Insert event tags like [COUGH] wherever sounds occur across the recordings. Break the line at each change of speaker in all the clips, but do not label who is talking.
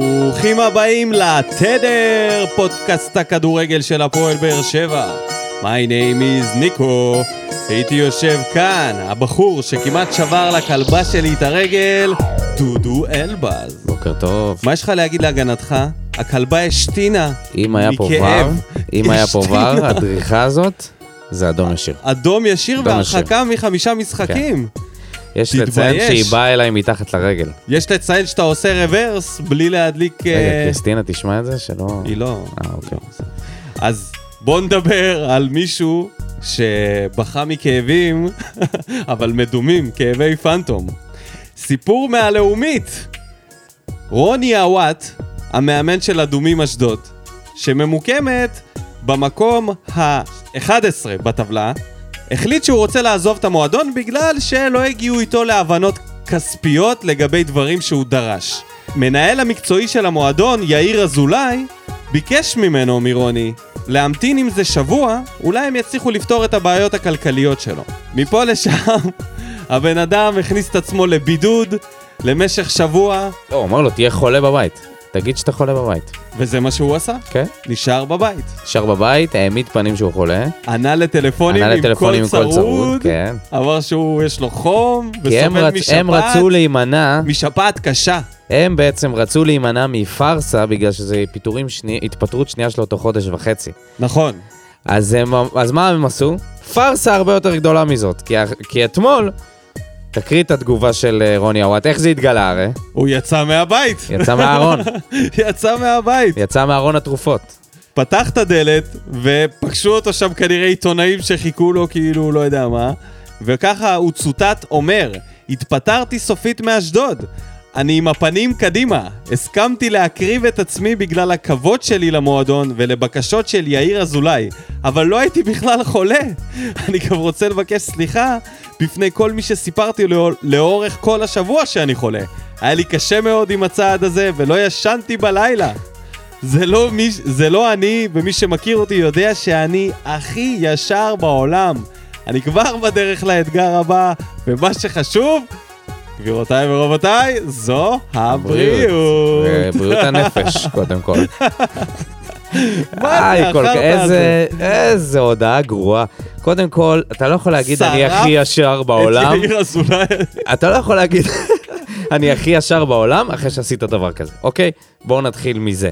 ברוכים הבאים לתדר, פודקאסט הכדורגל של הפועל באר שבע. My name is ניקו. הייתי יושב כאן, הבחור שכמעט שבר לכלבה שלי את הרגל, דודו אלבז.
בוקר טוב.
מה יש לך להגיד להגנתך? הכלבה השתינה
אם היה פה ור,
מכאב.
אם היה פה
השתינה.
ור, הדריכה הזאת, זה אדום ישיר.
אדום ישיר
אדום כן.
והרחקה מחמישה משחקים.
יש
תתבייש. אה.
לציין שהיא באה אליי מתחת לרגל.
יש לציין שאתה עושה רוורס בלי להדליק... אה,
רגע, קריסטינה תשמע את זה? שלא...
היא לא...
אה, אוקיי.
אז בואו נדבר על מישהו שבכה מכאבים, [LAUGHS] אבל מדומים, כאבי פנטום. סיפור מהלאומית. רוני עוואט, המאמן של אדומים אשדוד, שממוקמת במקום ה-11 בטבלה, החליט שהוא רוצה לעזוב את המועדון בגלל שלא הגיעו איתו להבנות כספיות לגבי דברים שהוא דרש. מנהל המקצועי של המועדון, יאיר אזולאי, ביקש ממנו, מרוני, להמתין עם זה שבוע, אולי הם יצליחו לפתור את הבעיות הכלכליות שלו. מפה לשם, [LAUGHS] הבן אדם הכניס את עצמו לבידוד למשך שבוע,
לא, הוא אומר לו, תהיה חולה בבית. תגיד שאתה חולה בבית.
וזה מה שהוא עשה,
כן?
נשאר בבית.
נשאר בבית, העמיד פנים שהוא חולה.
ענה לטלפונים
ענה
עם קול
לטלפונים עם קול צרוד.
צרוד,
כן.
אמר שהוא יש לו חום,
כי הם
וסובל
רצ- הם רצו
משפעת,
להימנע,
משפעת קשה.
הם בעצם רצו להימנע מפארסה בגלל שזה פיטורים שני- התפטרות שנייה של אותו חודש וחצי.
נכון,
אז, הם, אז מה הם עשו? פארסה הרבה יותר גדולה מזאת, כי, כי אתמול, תקריא את התגובה של אה, רוני עוואט, איך זה התגלה הרי?
הוא יצא מהבית.
יצא מהארון,
[LAUGHS] יצא מהבית.
יצא מארון התרופות.
פתח את הדלת, ופגשו אותו שם כנראה עיתונאים שחיכו לו כאילו הוא לא יודע מה, וככה הוא צוטט אומר, התפטרתי סופית מאשדוד. אני עם הפנים קדימה. הסכמתי להקריב את עצמי בגלל הכבוד שלי למועדון ולבקשות של יאיר אזולאי, אבל לא הייתי בכלל חולה. [LAUGHS] אני גם רוצה לבקש סליחה בפני כל מי שסיפרתי לו לאורך כל השבוע שאני חולה. היה לי קשה מאוד עם הצעד הזה ולא ישנתי בלילה. זה לא, מי, זה לא אני, ומי שמכיר אותי יודע שאני הכי ישר בעולם. אני כבר בדרך לאתגר הבא, ומה שחשוב, גבירותיי ורבותיי, זו הבריאות.
אה, בריאות
[LAUGHS]
הנפש, קודם כל.
מה זה
כל כך,
החרטא הזה?
איזה, איזה הודעה גרועה. קודם כל, אתה לא יכול להגיד אני
שרף
הכי ישר בעולם.
את יאיר אזולאי.
אתה לא יכול להגיד, אני הכי ישר בעולם אחרי שעשית דבר כזה, אוקיי? בואו נתחיל מזה.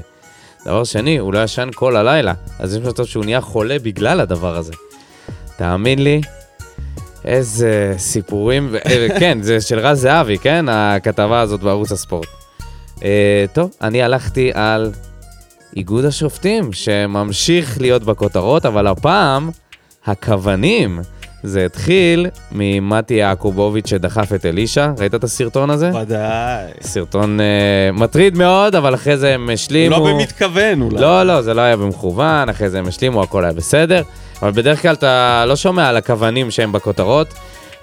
דבר שני, הוא לא ישן כל הלילה, אז יש מצב שהוא נהיה חולה בגלל הדבר הזה. תאמין לי, איזה סיפורים, ו- אה, [LAUGHS] כן, זה של רז זהבי, כן? הכתבה הזאת בערוץ הספורט. אה, טוב, אני הלכתי על איגוד השופטים, שממשיך להיות בכותרות, אבל הפעם, הכוונים. זה התחיל ממתי יעקובוביץ' שדחף את אלישע, ראית את הסרטון הזה?
ודאי.
סרטון אה, מטריד מאוד, אבל אחרי זה הם השלימו...
לא במתכוון אולי.
לא, לא, זה לא היה במכוון, אחרי זה הם השלימו, הכל היה בסדר. אבל בדרך כלל אתה לא שומע על הכוונים שהם בכותרות.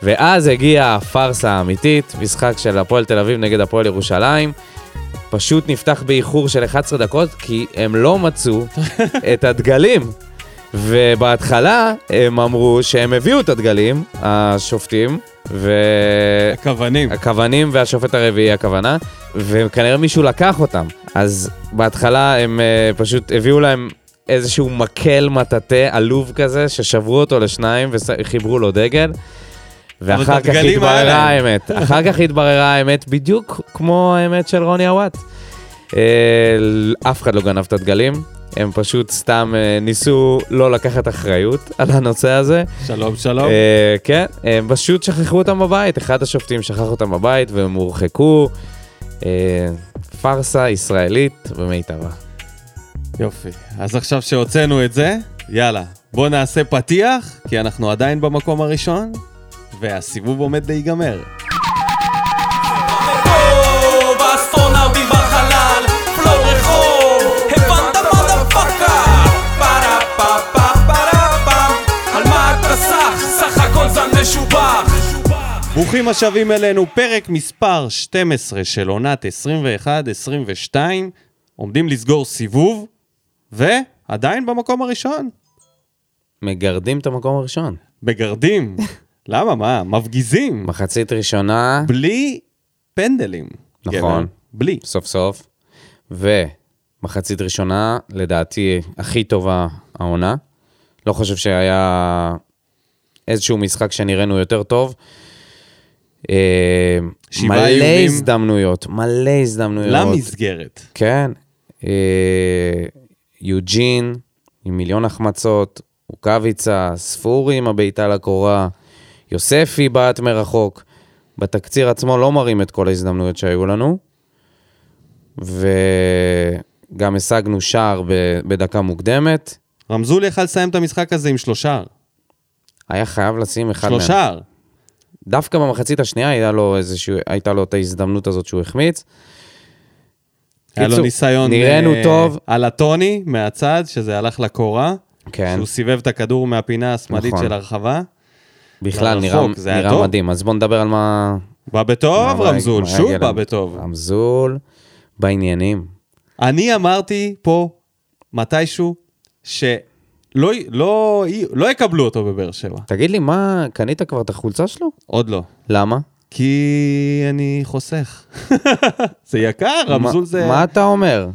ואז הגיעה הפארסה האמיתית, משחק של הפועל תל אביב נגד הפועל ירושלים. פשוט נפתח באיחור של 11 דקות, כי הם
[LAUGHS]
לא מצאו את הדגלים. ובהתחלה הם אמרו שהם הביאו את הדגלים, השופטים, ו...
הכוונים.
אה, הכוונים והשופט הרביעי הכוונה, וכנראה מישהו לקח אותם. אז בהתחלה הם uh, פשוט הביאו להם איזשהו מקל מטאטא עלוב כזה, ששברו אותו לשניים וחיברו לו דגל. ואחר כך
הדגלים היה
התבררה
להם.
האמת, אחר כך התבררה האמת בדיוק כמו האמת של רוני עוואט. אה, אף אחד לא גנב את הדגלים, הם פשוט סתם אה, ניסו לא לקחת אחריות על הנושא הזה.
שלום, שלום.
אה, כן, הם פשוט שכחו אותם בבית, אחד השופטים שכח אותם בבית והם הורחקו. אה, פארסה ישראלית במיטבה.
יופי. אז עכשיו שהוצאנו את זה, יאללה, בוא נעשה פתיח, כי אנחנו עדיין במקום הראשון, והסיבוב עומד להיגמר.
ברחוב, האסטרונאוטים בחלל, פלואו רחוב, הבנת מה זה פאקה? פרה פה פה פרה פם, על מה אתה סח? סך הכל זן משובח.
ברוכים השבים אלינו, פרק מספר 12 של עונת 21-22, עומדים לסגור סיבוב, ועדיין במקום הראשון,
מגרדים את המקום הראשון. [LAUGHS]
בגרדים. למה, מה? מפגיזים.
מחצית ראשונה,
בלי פנדלים.
נכון.
גבר. בלי.
סוף סוף, ו... מחצית ראשונה, לדעתי, הכי טובה העונה. לא חושב שהיה איזשהו משחק שנראינו יותר טוב. אה,
שבעה
מלא
איומים.
הזדמנויות, מלא הזדמנויות.
למסגרת.
כן. אה, יוג'ין, עם מיליון החמצות, רוקאביצה, ספורי עם הבעיטה לקורה, יוספי בעט מרחוק. בתקציר עצמו לא מראים את כל ההזדמנויות שהיו לנו, וגם השגנו שער ב- בדקה מוקדמת.
רמזולי יכל לסיים את המשחק הזה עם שלושה.
היה חייב לשים אחד מהם.
שלושה.
דווקא במחצית השנייה היה לו איזשהו, הייתה לו את ההזדמנות הזאת שהוא החמיץ.
היה לו
קיצור,
ניסיון...
נראינו
אה,
טוב.
על הטוני מהצד, שזה הלך לקורה.
כן.
שהוא סיבב את הכדור מהפינה השמאלית
נכון.
של הרחבה.
בכלל,
לרחוק,
נראה,
זה היה
נראה
טוב.
מדהים. אז בואו נדבר על מה...
בא בטוב,
מה-
רמזול,
מה
שוב
יגיע
בא
לנו. אה.
בטוב.
רמזול, בעניינים.
אני אמרתי פה מתישהו שלא לא, לא יקבלו אותו בבאר שבע.
תגיד לי, מה, קנית כבר את החולצה שלו?
עוד לא.
למה?
כי אני חוסך. [LAUGHS] זה יקר, רמזול
מה-
זה...
מה אתה אומר?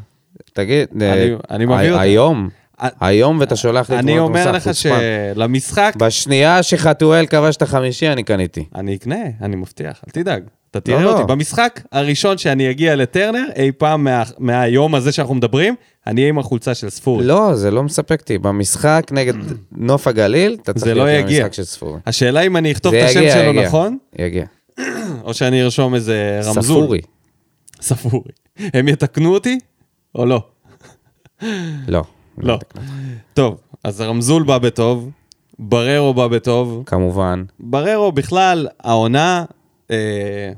תגיד,
אני-
אה,
אני מביא
הי-
אותה.
היום,
א-
היום ואתה שולח לי
אני
תמונות
אומר
מסך,
לך
חוצפן.
שלמשחק,
בשנייה שחתואל כבש את החמישי, אני קניתי.
אני אקנה, אני מבטיח, אל תדאג. אתה תראה
לא.
אותי. במשחק הראשון שאני אגיע לטרנר, אי פעם מה- מהיום הזה שאנחנו מדברים, אני אהיה עם החולצה של ספורי.
לא, זה לא מספק אותי. במשחק נגד נוף הגליל, אתה צריך
זה לא
להיות
יגיע.
במשחק של ספורי.
השאלה אם אני אכתוב
זה
את השם
יגיע,
שלו
יגיע.
נכון,
יגיע.
או שאני ארשום איזה רמזול.
ספורי.
ספורי. הם יתקנו אותי או לא?
לא.
לא. טוב, אז הרמזול בא בטוב, בררו בא בטוב.
כמובן.
בררו בכלל, העונה, אה,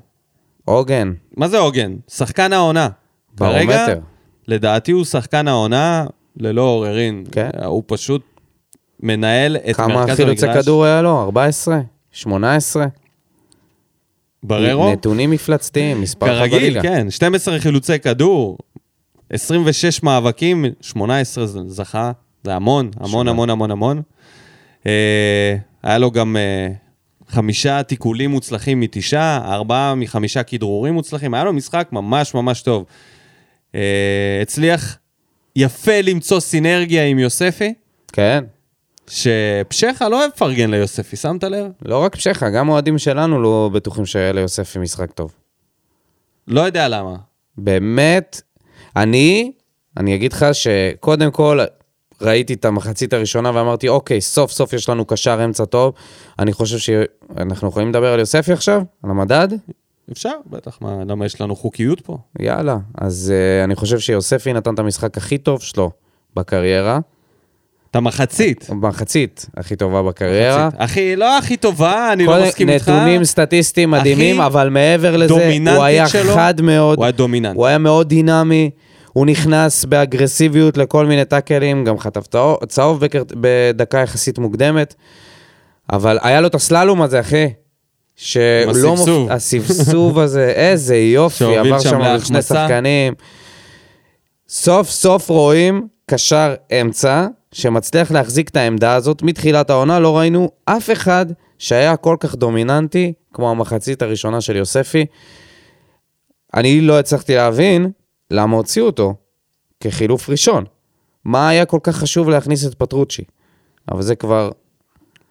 עוגן,
מה זה עוגן? שחקן העונה. כרגע,
ברומטר.
לדעתי הוא שחקן העונה ללא עוררין.
כן.
הוא פשוט מנהל את
כמה
מרכז
חילוצי
המגרש.
כדור היה לו? 14? 18?
בררו,
נתונים מפלצתיים, מספר אחד
כרגיל,
בליגה.
כן. 12 חילוצי כדור, 26 מאבקים, 18 ז- זכה, זה המון, המון, המון, המון, המון. אה, היה לו גם אה, חמישה תיקולים מוצלחים מתשעה, ארבעה מחמישה כדרורים מוצלחים, היה לו משחק ממש ממש טוב. אה, הצליח יפה למצוא סינרגיה עם יוספי,
כן.
שפשחה לא אוהב לפרגן ליוספי, שמת לב?
לא רק פשחה, גם אוהדים שלנו לא בטוחים שהיה ליוספי משחק טוב.
לא יודע למה.
באמת, אני, אני אגיד לך שקודם כל, ראיתי את המחצית הראשונה ואמרתי, אוקיי, סוף סוף יש לנו קשר אמצע טוב. אני חושב שאנחנו יכולים לדבר על יוספי עכשיו? על המדד?
אפשר, בטח, מה, למה יש לנו חוקיות פה?
יאללה. אז uh, אני חושב שיוספי נתן את המשחק הכי טוב שלו בקריירה.
את המחצית.
במחצית הכי טובה בקריירה.
הכי, לא הכי טובה, אני
כל
לא מסכים איתך.
נתונים סטטיסטיים
הכי
מדהימים, אבל מעבר לזה,
דומיננטית
הוא היה
שלו,
חד מאוד,
הוא היה דומיננט.
הוא היה מאוד דינמי, הוא נכנס באגרסיביות לכל מיני טאקלים, גם חטף צהוב- צהוב בקר- בדקה יחסית מוקדמת, אבל היה לו את הסללום הזה, אחי. שלא
הסבסוב.
הסבסוב הזה, [LAUGHS] איזה יופי,
שהוביל
עבר
שם
שם על שני
להחמצה.
שחקנים. סוף סוף רואים קשר אמצע שמצליח להחזיק את העמדה הזאת. מתחילת העונה לא ראינו אף אחד שהיה כל כך דומיננטי כמו המחצית הראשונה של יוספי. אני לא הצלחתי להבין למה הוציאו אותו כחילוף ראשון. מה היה כל כך חשוב להכניס את פטרוצ'י? אבל זה כבר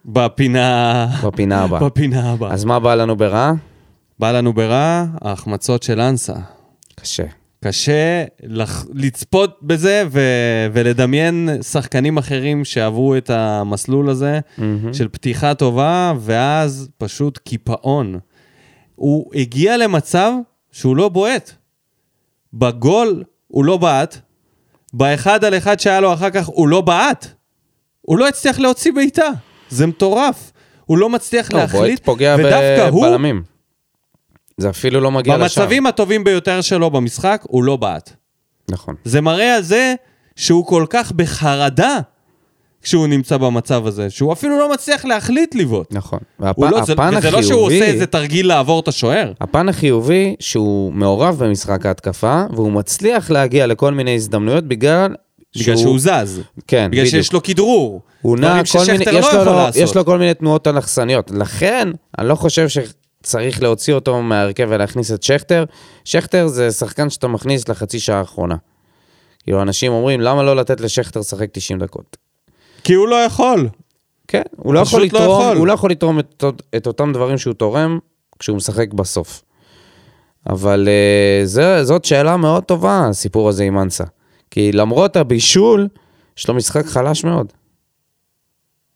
בפינה...
בפינה הבאה.
בפינה הבאה. אז...
אז מה בא לנו ברע?
בא לנו ברע, ההחמצות של אנסה.
קשה.
קשה לח... לצפות בזה ו... ולדמיין שחקנים אחרים שעברו את המסלול הזה mm-hmm. של פתיחה טובה, ואז פשוט קיפאון. הוא הגיע למצב שהוא לא בועט. בגול הוא לא בעט, באחד על אחד שהיה לו אחר כך הוא לא בעט. הוא לא הצליח להוציא בעיטה, זה מטורף. הוא לא מצליח
לא,
להחליט,
בועט פוגע
ודווקא הוא
בבלמים. זה אפילו לא מגיע לשם.
במצבים הטובים ביותר שלו במשחק, הוא לא בעט.
נכון.
זה מראה על זה שהוא כל כך בחרדה כשהוא נמצא במצב הזה, שהוא אפילו לא מצליח להחליט לבעוט.
נכון.
הוא
והפ-
לא, זה,
הפן
וזה לא שהוא עושה
החיובי,
איזה תרגיל לעבור את השוער.
הפן החיובי שהוא מעורב במשחק ההתקפה, והוא מצליח להגיע לכל מיני הזדמנויות בגלל
בגלל שהוא זז.
כן,
בגלל
בדיוק.
שיש לו כדרור.
הוא נע
דברים
כל מיני,
ששכטר
יש,
לא
לו,
יכול
לא-
לעשות.
יש לו כל מיני תנועות אלכסניות. לכן, אני לא חושב שצריך להוציא אותו מההרכב ולהכניס את שכטר. שכטר זה שחקן שאתה מכניס לחצי שעה האחרונה. כאילו, אנשים אומרים, למה לא לתת לשכטר לשחק 90 דקות?
כי הוא לא יכול.
כן, הוא לא
פשוט
יכול
לא
לתרום,
יכול.
הוא לא יכול לתרום את, את אותם דברים שהוא תורם כשהוא משחק בסוף. אבל uh, זה, זאת שאלה מאוד טובה, הסיפור הזה עם אנסה. כי למרות הבישול, יש לו משחק חלש מאוד.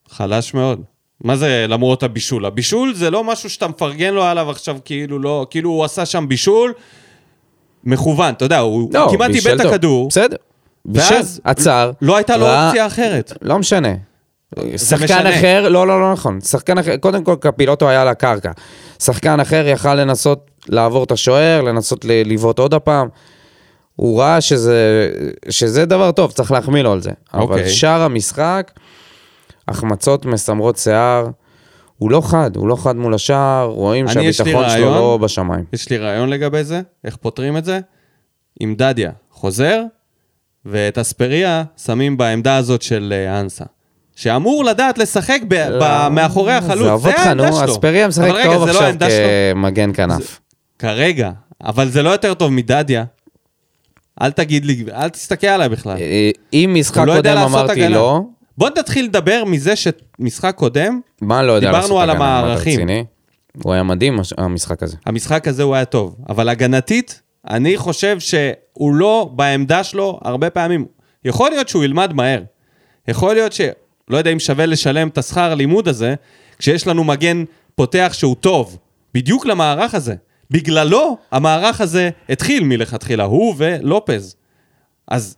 חלש מאוד. מה זה למרות הבישול? הבישול זה לא משהו שאתה מפרגן לו עליו עכשיו, כאילו לא, כאילו הוא עשה שם בישול מכוון, אתה יודע, הוא הוא כמעט
לא, בישל
איבד את
טוב.
לא, הכדור,
בסדר. בישל,
ואז
עצר.
לא הייתה לו
ראה-
אופציה אחרת.
לא משנה. שחקן
משנה.
אחר, לא, לא, לא נכון. שחקן אחר, קודם כל קפילוטו היה על הקרקע. שחקן אחר יכל לנסות לעבור את השוער, לנסות ל- לבעוט עוד הפעם. הוא ראה שזה, שזה דבר טוב, צריך להחמיא לו על זה. אבל
אוקיי.
שאר המשחק, החמצות מסמרות שיער. הוא לא חד, הוא לא חד מול השער, רואים
אני, יש לי
שהביטחון שלו
רעיון.
לא בשמיים.
יש לי רעיון לגבי זה, איך פותרים את זה. עם דדיה חוזר, ואת אספריה שמים בעמדה הזאת של אה, אנסה. שאמור לדעת לשחק ב- ב- מאחורי החלוץ,
לא. עובד
זה
לך,
העמדה
נו,
שלו.
אספריה משחק
אבל רגע,
טוב
זה לא
עכשיו
העמדה שלו.
כמגן כנף.
כרגע, אבל זה לא יותר טוב מדדיה. אל תגיד לי, אל תסתכל עליי בכלל.
אה, אם משחק
הוא לא יודע
קודם
לעשות
אמרתי
הגנה.
לא,
בוא נתחיל לדבר מזה שמשחק קודם,
מה לא יודע
דיברנו
לעשות
על
הגנה? מה, אתה
המערכים.
רציני? הוא היה מדהים, הש- המשחק הזה.
המשחק הזה הוא היה טוב, אבל הגנתית, אני חושב שהוא לא בעמדה שלו הרבה פעמים. יכול להיות שהוא ילמד מהר. יכול להיות ש... לא יודע אם שווה לשלם את השכר לימוד הזה, כשיש לנו מגן פותח שהוא טוב, בדיוק למערך הזה. בגללו המערך הזה התחיל מלכתחילה, הוא ולופז. אז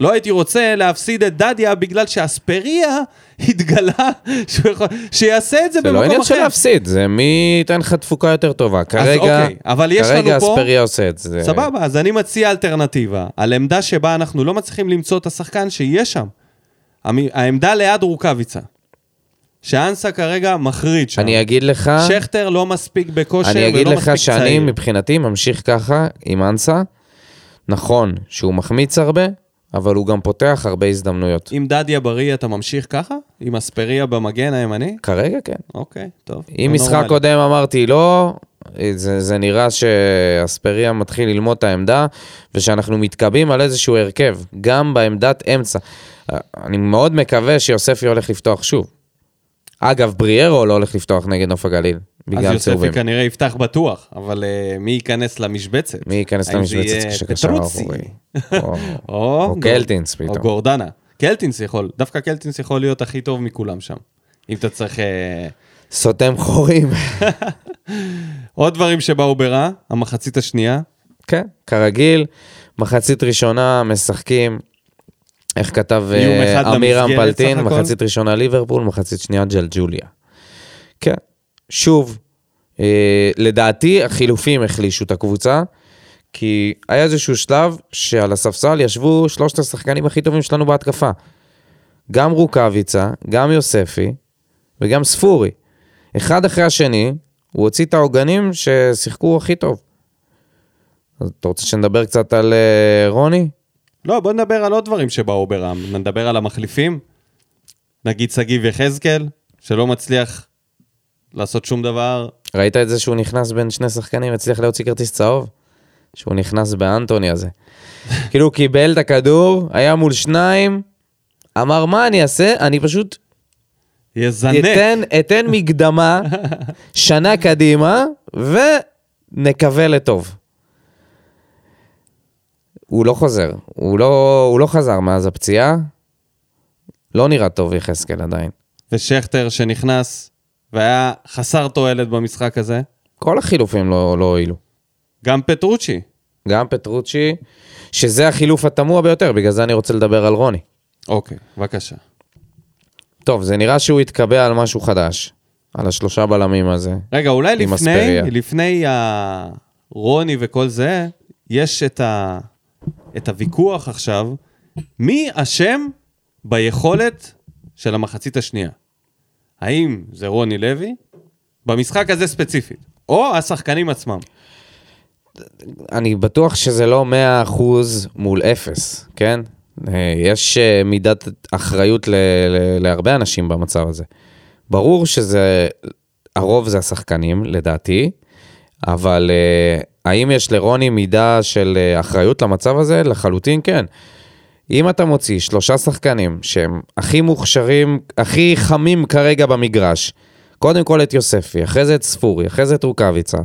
לא הייתי רוצה להפסיד את דדיה בגלל שאספריה התגלה שהוא יכול... שיעשה את זה
זה
במקום
לא
אחר.
עניין של להפסיד, זה מי ייתן לך תפוקה יותר טובה. כרגע,
אוקיי, אבל יש
כרגע
לנו פה-
אספריה עושה את זה.
סבבה, אז אני מציע אלטרנטיבה על עמדה שבה אנחנו לא מצליחים למצוא את השחקן שיהיה שם. המ- העמדה ליד רוקאביצה. שאנסה כרגע מחריד שם.
אני אגיד לך,
שכטר לא מספיק בכושר
אני אגיד
ולא
לך
מספיק
שאני
צעיר.
מבחינתי ממשיך ככה עם אנסה. נכון שהוא מחמיץ הרבה, אבל הוא גם פותח הרבה הזדמנויות.
אם דדיה בריא אתה ממשיך ככה? עם אספריה במגן הימני?
כרגע כן.
אוקיי, טוב.
אם
לא
משחק
נורמלי.
קודם אמרתי לא, זה, זה נראה שאספריה מתחיל ללמוד את העמדה, ושאנחנו מתקבעים על איזשהו הרכב, גם בעמדת אמצע. אני מאוד מקווה שיוספי הולך לפתוח שוב. אגב, בריארו לא הולך לפתוח נגד נוף הגליל,
אז
בגלל
יוספי כן.
צהובים.
כנראה יפתח בטוח, אבל אה, מי ייכנס למשבצת?
מי ייכנס
האם זה
למשבצת
יהיה
כשקשר
פטרוצי?
אחורי? או-
או,
או קלטינס פתאום.
או גורדנה. קלטינס יכול, דווקא קלטינס יכול להיות הכי טוב מכולם שם. אם אתה צריך... אה...
סותם חורים.
עוד דברים שבאו ברע, המחצית השנייה.
כן, כרגיל, מחצית ראשונה משחקים, איך כתב
איום
אה,
אחד
אמיר
למסגרת
אמפלטין,
סך הכל?
מחצית ראשונה ליברפול, מחצית שנייה ג'לג'וליה. כן, שוב, אה, לדעתי החילופים החלישו את הקבוצה, כי היה איזשהו שלב שעל הספסל ישבו שלושת השחקנים הכי טובים שלנו בהתקפה. גם רוקאביצה, גם יוספי וגם ספורי. אחד אחרי השני, הוא הוציא את העוגנים ששיחקו הכי טוב. אז אתה רוצה שנדבר קצת על אה, רוני?
לא, בוא נדבר על עוד דברים שבאו ברע. נדבר על המחליפים. נגיד שגיב יחזקאל, שלא מצליח לעשות שום דבר.
ראית את זה שהוא נכנס בין שני שחקנים, הצליח להוציא כרטיס צהוב? שהוא נכנס באנטוני הזה. כאילו הוא קיבל את הכדור, היה מול שניים, אמר מה אני אעשה? אני פשוט
יזנק.
אתן, אתן מקדמה שנה קדימה ונקווה לטוב. הוא לא חוזר, הוא לא, הוא לא חזר מאז הפציעה. לא נראה טוב יחזקאל עדיין.
ושכטר שנכנס, והיה חסר תועלת במשחק הזה.
כל החילופים לא, לא הועילו.
גם פטרוצ'י.
גם פטרוצ'י, שזה החילוף התמוה ביותר, בגלל זה אני רוצה לדבר על רוני.
אוקיי, בבקשה.
טוב, זה נראה שהוא התקבע על משהו חדש, על השלושה בלמים הזה.
רגע, אולי
עם
לפני,
אספריה.
לפני ה- רוני וכל זה, יש את, ה... את הוויכוח עכשיו, מי אשם ביכולת של המחצית השנייה? האם זה רוני לוי? במשחק הזה ספציפית, או השחקנים עצמם.
אני בטוח שזה לא 100% מול אפס, כן? אה, יש אה, מידת אחריות ל- ל- להרבה אנשים במצב הזה. ברור שזה, הרוב זה השחקנים, לדעתי, אבל אה, האם יש לרוני מידה של אה, אחריות למצב הזה? לחלוטין כן. אם אתה מוציא שלושה שחקנים שהם הכי מוכשרים, הכי חמים כרגע במגרש, קודם כל את יוספי, אחרי זה את ספורי, אחרי זה את רוקאביצה,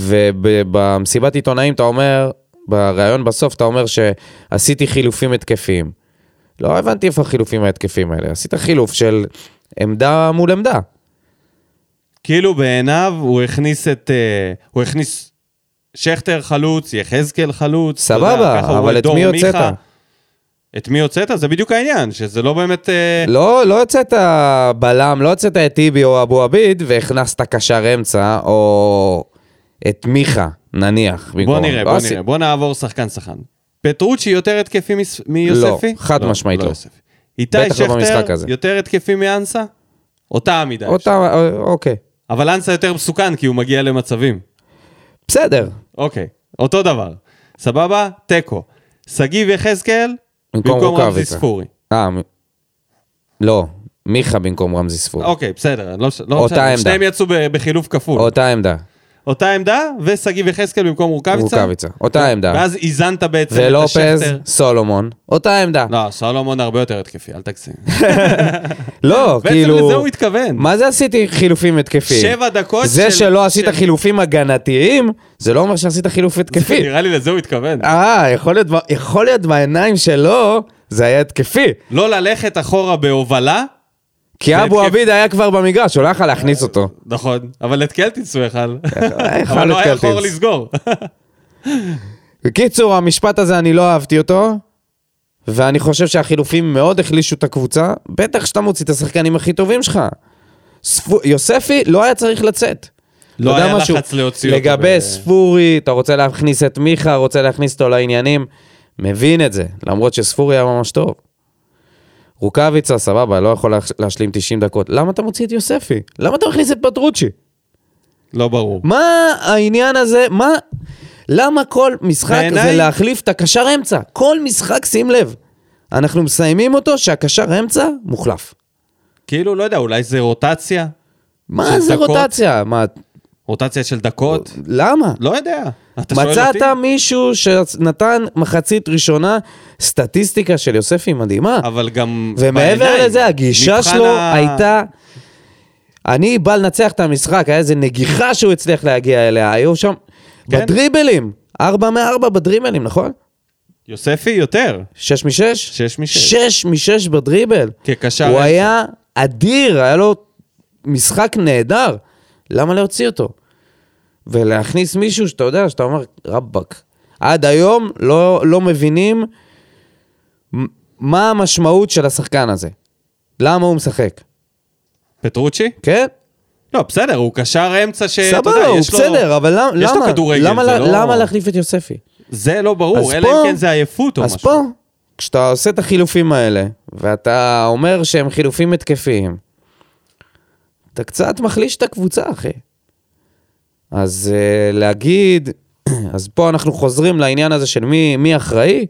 ובמסיבת עיתונאים אתה אומר, בריאיון בסוף אתה אומר שעשיתי חילופים התקפיים. לא הבנתי איפה החילופים ההתקפיים האלה, עשית חילוף של עמדה מול עמדה.
כאילו בעיניו הוא הכניס את... אה, הוא הכניס שכטר חלוץ, יחזקאל חלוץ. אתה יודע,
סבבה,
ככה הוא
אבל את
דור
מי
מיכה.
הוצאת?
את מי הוצאת? זה בדיוק העניין, שזה לא באמת... אה,
לא, לא הוצאת בלם, לא הוצאת את טיבי או אבו עביד, והכנסת קשר אמצע, או את מיכה, נניח.
בוא
במקום.
נראה,
לא
בוא
עשי-
נראה, בוא נעבור שחקן שחקן. פטרוצ'י יותר התקפי מס- מיוספי?
חד משמעית לא.
יוספי. איתי
בטח לא במשחק
שכטר
הזה.
יותר התקפי מאנסה? אותה עמידה. יש.
אותה, א- אוקיי.
אבל אנסה יותר מסוכן כי הוא מגיע למצבים.
בסדר.
אוקיי, אותו דבר. סבבה? תיקו. שגיב יחזקאל
במקום
במקום רמזי
רוקאביצה.
ספורי.
אה, מ- לא, מיכה במקום רמזי ספורי.
אוקיי, בסדר. לא מש- לא
אותה
משנה,
עמדה.
שניהם יצאו ב- בחילוף כפול.
אותה עמדה,
אותה עמדה, ושגיב יחזקאל במקום רוקאביצה.
רוקאביצה. אותה עמדה.
ואז איזנת בעצם את
ולופז,
השכטר.
סולומון, אותה עמדה.
לא, סולומון הרבה יותר התקפי, אל תגזים.
לא, כאילו...
בעצם לזה הוא התכוון.
מה זה עשיתי חילופים התקפיים?
שבע דקות
זה
של-
שלא עשית
של-
חילופים הגנתיים, זה לא אומר שעשית חילוף התקפי.
נראה לי לזה הוא התכוון.
אה, יכול להיות, ב- יכול להיות בעיניים שלו, זה היה התקפי.
לא ללכת אחורה בהובלה,
כי
זה
אבו
התקף.
עביד היה כבר במגרש, הוא לא יכול להכניס אותו.
נכון, אבל את קלטינס הוא
אה,
יכל.
יכל
אבל לא
את
היה יכול
קלטינס. [LAUGHS]
לסגור.
בקיצור, המשפט הזה, אני לא אהבתי אותו, ואני חושב שהחילופים מאוד החלישו את הקבוצה. בטח שאתה מוציא את השחקנים הכי טובים שלך. ספו- יוספי לא היה צריך לצאת.
לא
אתה יודע
היה
משהו?
לחץ להוציא אותו
לגבי
ב-
ספורי, אתה רוצה להכניס את מיכה, רוצה להכניס אותו לעניינים, מבין את זה, למרות שספורי היה ממש טוב. רוקאביצה, סבבה, לא יכול להש- להשלים 90 דקות. למה אתה מוציא את יוספי? למה אתה מכניס את פטרוצ'י?
לא ברור.
מה העניין הזה? מה? למה כל משחק
בעיניי-
זה להחליף את הקשר אמצע? כל משחק, שים לב. אנחנו מסיימים אותו שהקשר אמצע מוחלף.
כאילו, לא יודע, אולי זה רוטציה?
מה
של
זה
דקות?
רוטציה? מה?
רוטציה של דקות?
למה?
לא יודע. אתה שואל
אה. מצאת
אותי?
מישהו שנתן מחצית ראשונה, סטטיסטיקה של יוספי מדהימה.
אבל גם...
ומעבר
בעיניים.
לזה, הגישה
מבחן
שלו
ה-
הייתה... אני בא לנצח את המשחק, היה איזה נגיחה שהוא הצליח להגיע אליה, היו שם
כן.
בדריבלים, 4 מ-4 בדריבלים, נכון?
יוספי יותר.
6 מ-6?
6 מ-6.
6 מ-6 בדריבל.
כקשר
הוא
אמצע.
היה אדיר, היה לו משחק נהדר. למה להוציא אותו? ולהכניס מישהו שאתה יודע, שאתה אומר, רבאק. עד היום לא, לא מבינים מ- מה המשמעות של השחקן הזה. למה הוא משחק,
פטרוצ'י?
כן?
לא, בסדר, הוא קשר אמצע ש... אה, אתה
סבבה,
יודע,
הוא
יש לו-
בסדר, אבל למ-
יש לו
למה?
כדורגל,
למה
זה
לה-
לא-
למה להחליף את יוספי?
זה לא ברור,
אז
אלא
פה-
אם כן זה עייפות או משהו.
אז פה, כשאתה עושה את החילופים האלה, ואתה אומר שהם חילופים התקפיים, אתה קצת מחליש את הקבוצה, אחי. אז uh, להגיד, [CLEARS THROAT] אז פה אנחנו חוזרים לעניין הזה של מי, מי אחראי,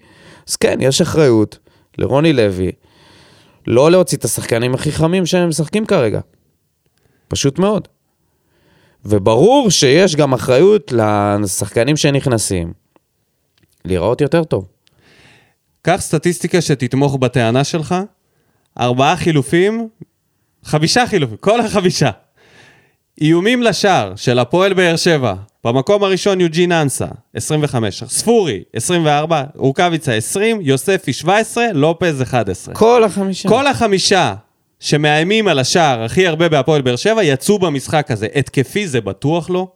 אז כן, יש אחריות לרוני לוי לא להוציא את השחקנים הכי חמים שהם משחקים כרגע. פשוט מאוד. וברור שיש גם אחריות לשחקנים שנכנסים להיראות יותר טוב.
קח סטטיסטיקה שתתמוך בטענה שלך, ארבעה חילופים, חמישה חילופים, כל החמישה. איומים לשער של הפועל באר שבע, במקום הראשון יוג'ין אנסה, 25, ספורי, 24, רוקאביצה, 20, יוספי, 17, לופז, 11.
כל החמישה.
כל החמישה שמאיימים על השער הכי הרבה בהפועל באר שבע יצאו במשחק הזה. התקפי זה בטוח לא.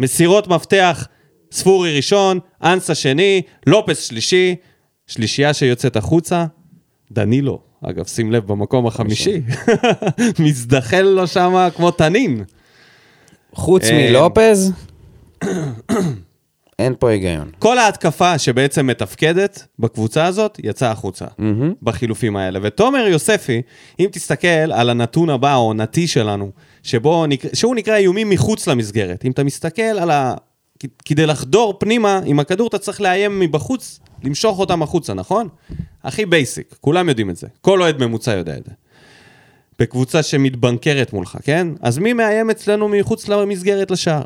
מסירות מפתח, ספורי ראשון, אנסה שני, לופס שלישי, שלישייה שיוצאת החוצה, דנילו. אגב, שים לב, במקום החמישי. [LAUGHS] מזדחל לו שמה כמו תנין.
חוץ
אה,
מלופז, אין פה היגיון.
כל ההתקפה שבעצם מתפקדת בקבוצה הזאת יצאה החוצה בחילופים האלה. ותומר יוספי, אם תסתכל על הנתון הבא העונתי שלנו, שבו נקרא, שהוא נקרא איומים מחוץ למסגרת. אם אתה מסתכל על ה... כ- כדי לחדור פנימה עם הכדור אתה צריך לאיים מבחוץ, למשוך אותם החוצה, נכון? הכי בייסיק, כולם יודעים את זה. כל אוהד ממוצע יודע את זה. בקבוצה שמתבנקרת מולך, כן? אז מי מאיים אצלנו מחוץ למסגרת לשער?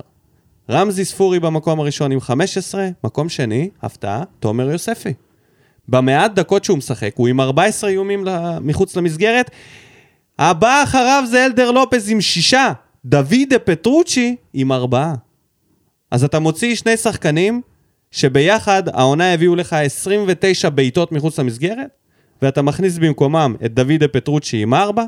רמזי ספורי במקום הראשון עם 15, מקום שני, הפתעה, תומר יוספי. במעט דקות שהוא משחק, הוא עם 14 איומים ל- מחוץ למסגרת. הבא אחריו זה אלדר לופז עם שישה, דוידה פטרוצ'י עם ארבעה. אז אתה מוציא שני שחקנים שביחד העונה הביאו לך 29 בעיטות מחוץ למסגרת, ואתה מכניס במקומם את דוידה פטרוצ'י עם ארבע,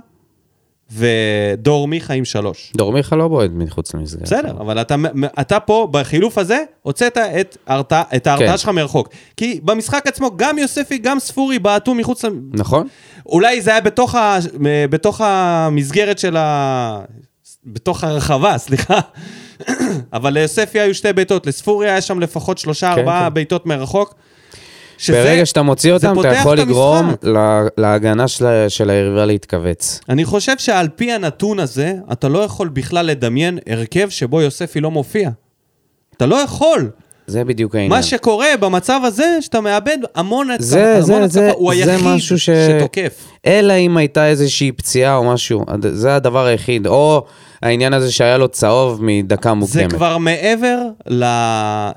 ודור מיכה עם שלוש.
דור מיכה לא בועד מחוץ למסגרת.
בסדר, אבל אתה, אתה פה, בחילוף הזה, הוצאת את, הרתע, את ההרתעה
כן.
שלך מרחוק. כי במשחק עצמו, גם יוספי, גם ספורי בעטו מחוץ... ל-
נכון?
אולי זה היה בתוך, ה, בתוך המסגרת של ה... בתוך הרחבה, סליחה. אבל ליוספי היו שתי בעיטות, לספורי היה שם לפחות שלושה,
כן,
ארבעה
כן.
בעיטות מרחוק. שזה-
ברגע שאתה מוציא
זה
אותם, אתה
פותח
יכול
את המשחק.
לגרום לה- להגנה של- של היריבה להתכווץ.
אני חושב שעל פי הנתון הזה, אתה לא יכול בכלל לדמיין הרכב שבו יוספי לא מופיע. אתה לא יכול.
זה בדיוק העניין.
מה שקורה במצב הזה, שאתה מאבד המון התקפה.
זה,
המון
זה,
התקפה.
זה-
הוא
זה
היחיד
משהו ש-
שתוקף.
אלא אם הייתה איזושהי פציעה או משהו, הד- זה הדבר היחיד. או העניין הזה שהיה לו צהוב מדקה
זה
מוקדמת.
כבר מעבר ל... אה,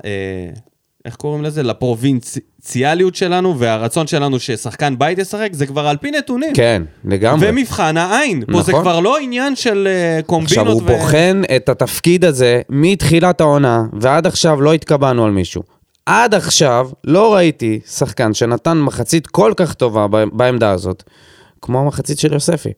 איך קוראים לזה? לפרובינציאליות שלנו והרצון שלנו ששחקן בית ישחק, זה כבר על פי נתונים.
כן, לגמרי.
ומבחן העין. פה זה
נכון.
כבר לא עניין של אה,
עכשיו,
קומבינות.
הוא
ו-
בוחן את התפקיד הזה מתחילת העונה, ועד עכשיו לא התקבענו על מישהו. עד עכשיו לא ראיתי שחקן שנתן מחצית כל כך טובה ב- בעמדה הזאת, כמו המחצית של יוספי,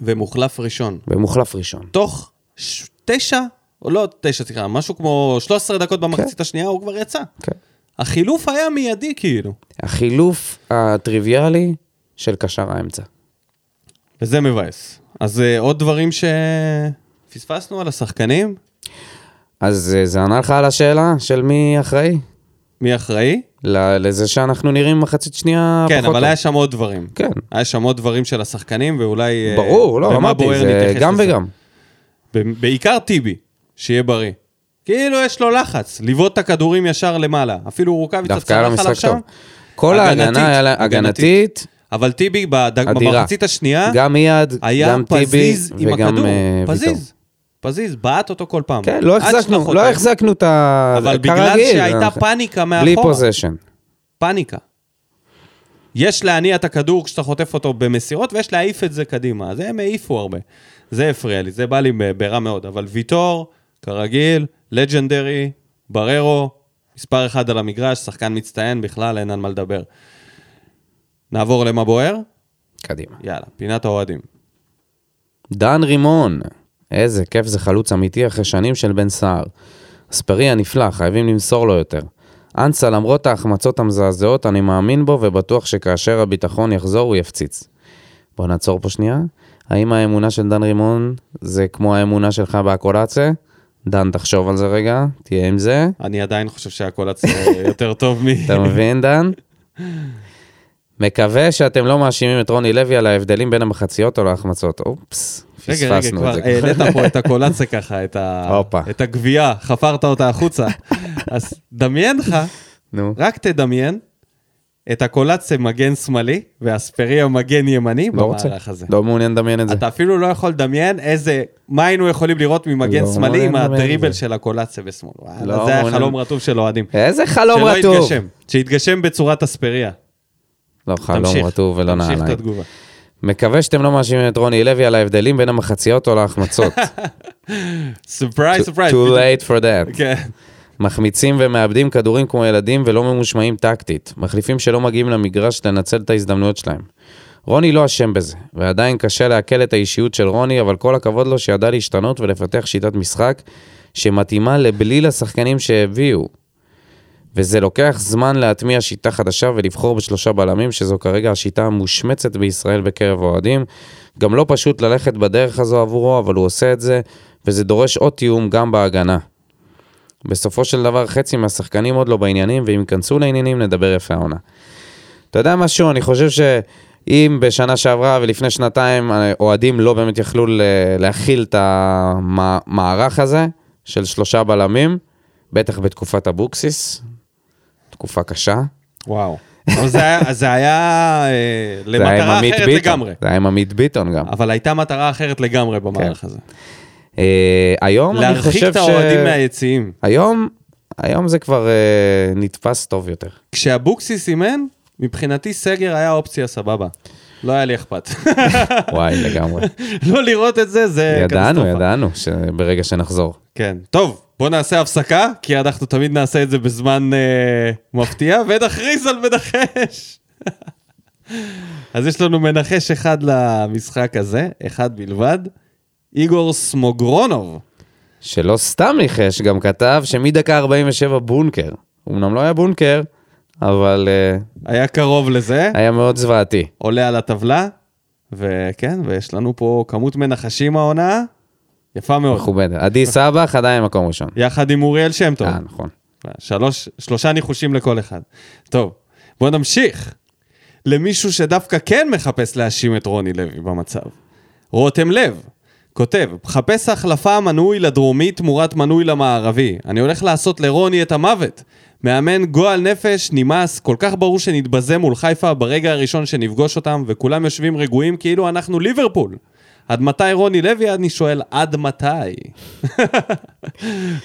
ומוחלף ראשון.
במוחלף ראשון.
תוך ש- תשע, או לא תשע, סליחה, משהו כמו 13 דקות במחצית השנייה, הוא כבר יצא.
כן.
החילוף היה מיידי כאילו.
החילוף הטריוויאלי של קשר האמצע.
וזה מבאס. אז אה, עוד דברים שפספסנו על השחקנים?
אז אה, זה ענה לך על השאלה של מי אחראי?
מי אחראי?
ל- לזה שאנחנו נראים מחצית שנייה
כן,
אה, פחות
אבל
טוב.
היה שם עוד דברים.
כן.
היה שם עוד דברים של השחקנים, ואולי... אה,
ברור, לא,
במה
אמרתי,
בוער
זה
נתייחס
גם
לזה.
וגם.
ב- בעיקר טיבי, שיהיה בריא. כאילו יש לו לחץ, לבעוט את הכדורים ישר למעלה. אפילו רוקאביצה
דווקא היה לו
צלח עליו
משחק
שם.
טוב. כל
הגנתית,
ההגנה היה לה
הגנתית.
הגנתית,
אבל טיבי בד-
אדירה.
במחצית השנייה,
גם מיד,
היה
גם טיבי
פזיז עם
וגם
הכדור.
אה, ויטור.
פזיז, פזיז, בעט אותו כל פעם.
כן, לא
עד
החזקנו,
שלח
לא
אותו.
החזקנו את ה...
אבל בגלל
כרגיל,
שהייתה
אנחנו-
פאניקה
בלי
מאחורה.
פוזיישן.
פאניקה. יש להניע את הכדור כשאתה חוטף אותו במסירות, ויש להעיף את זה קדימה. אז הם העיפו הרבה. זה הפריע לי, זה בא לי ב- ברע מאוד. אבל ויטור, כרגיל, לג'נדרי, בררו, מספר אחד על המגרש, שחקן מצטיין, בכלל אין על מה לדבר. נעבור למה בוער?
קדימה.
יאללה, פינת האוהדים.
דן רימון, איזה כיף זה חלוץ אמיתי אחרי שנים של בן סער. אספרי הנפלא, חייבים למסור לו יותר. אנסה, למרות ההחמצות המזעזעות, אני מאמין בו ובטוח שכאשר הביטחון יחזור הוא יפציץ. בוא נעצור פה שנייה. האם האמונה של דן רימון זה כמו האמונה שלך באקולציה? דן, תחשוב על זה רגע, תהיה עם זה.
אני עדיין חושב שהקולץ אה, [LAUGHS] יותר טוב מ... [LAUGHS]
אתה מבין, דן? מקווה שאתם לא מאשימים את רוני לוי על ההבדלים בין המחציות או להחמצות. אופס,
רגע, רגע,
פספסנו
כבר
את זה.
העלית פה את הקולציה ככה, את, ה...
הופה.
את הגבייה, חפרת אותה החוצה. אז דמיין לך,
[LAUGHS] נו.
רק תדמיין, את הקולציה מגן שמאלי, והספריה מגן ימני
לא רוצה,
במהלך הזה.
לא מעוניין לדמיין את זה.
אתה אפילו לא יכול לדמיין איזה, מה היינו יכולים לראות ממגן
לא
שמאלי עם
מעוניין לדמיין את
הדריבל
זה.
של הקולציה בשמאל. וואלה,
לא
זה היה
מעוניין.
חלום רטוב של אוהדים.
איזה חלום
שלא
רטוב.
יתגשם, שיתגשם בצורת אספריה.
לא, חלום
תמשיך,
רטוב ולא
תמשיך את
נעליים.
התגובה.
מקווה שאתם לא מאשימים את רוני לוי על ההבדלים בין המחציות
[LAUGHS]
או להחמצות.
סופרייז, סופרייז.
too late for
[LAUGHS]
that.
כן.
מחמיצים ומאבדים כדורים כמו ילדים ולא ממושמעים טקטית. מחליפים שלא מגיעים למגרש לנצל את ההזדמנויות שלהם. רוני לא אשם בזה, ועדיין קשה לעכל את האישיות של רוני, אבל כל הכבוד לו שידע להשתנות ולפתח שיטת משחק שמתאימה לבליל השחקנים שהביאו. וזה לוקח זמן להטמיע שיטה חדשה ולבחור בשלושה בלמים, שזו כרגע השיטה המושמצת בישראל בקרב אוהדים. גם לא פשוט ללכת בדרך הזו עבורו, אבל הוא עושה את זה, וזה דורש עוד תיאום גם בהגנה. בסופו של דבר חצי מהשחקנים עוד לא בעניינים, ואם ייכנסו לעניינים נדבר יפה העונה. אתה יודע משהו, אני חושב שאם בשנה שעברה ולפני שנתיים אה, אוהדים לא באמת יכלו ל- להכיל את המערך הזה של שלושה בלמים, בטח בתקופת אבוקסיס, תקופה קשה.
וואו. אבל זה היה, זה היה אה,
זה היה עם
למטרה
עמית
אחרת
ביטון.
לגמרי.
זה היה עם עמית ביטון גם.
אבל הייתה מטרה אחרת לגמרי במהלך הזה.
אה, היום אני חושב ש...
להרחיק את האוהדים מהיציעים.
היום, היום זה כבר אה, נתפס
[LAUGHS]
טוב יותר.
כשאבוקסיס אימן, מבחינתי סגר היה אופציה סבבה. לא היה לי אכפת. [LAUGHS]
וואי, לגמרי.
לא לראות את זה, זה
ידענו, ידענו, שברגע שנחזור.
כן. טוב, בוא נעשה הפסקה, כי אנחנו תמיד נעשה את זה בזמן אה, מפתיע, ונכריז על מנחש. [LAUGHS] אז יש לנו מנחש אחד למשחק הזה, אחד בלבד, איגור סמוגרונוב.
שלא סתם ניחש, גם כתב שמדקה 47 בונקר. אמנם לא היה בונקר, אבל אה,
היה קרוב לזה,
היה מאוד זוועתי.
עולה על הטבלה, וכן, ויש לנו פה כמות מנחשים העונה, יפה מאוד.
מכובד.
[LAUGHS]
עדי סבח עדיין מקום ראשון.
יחד עם אוריאל שם טוב.
אה, נכון.
שלוש, שלושה ניחושים לכל אחד. טוב, בואו נמשיך. למישהו שדווקא כן מחפש להאשים את רוני לוי במצב. רותם לב, כותב, מחפש החלפה מנוי לדרומי תמורת מנוי למערבי. אני הולך לעשות לרוני את המוות. מאמן גועל נפש, נמאס, כל כך ברור שנתבזה מול חיפה ברגע הראשון שנפגוש אותם, וכולם יושבים רגועים כאילו אנחנו ליברפול. עד מתי רוני לוי? אני שואל, עד מתי? [LAUGHS]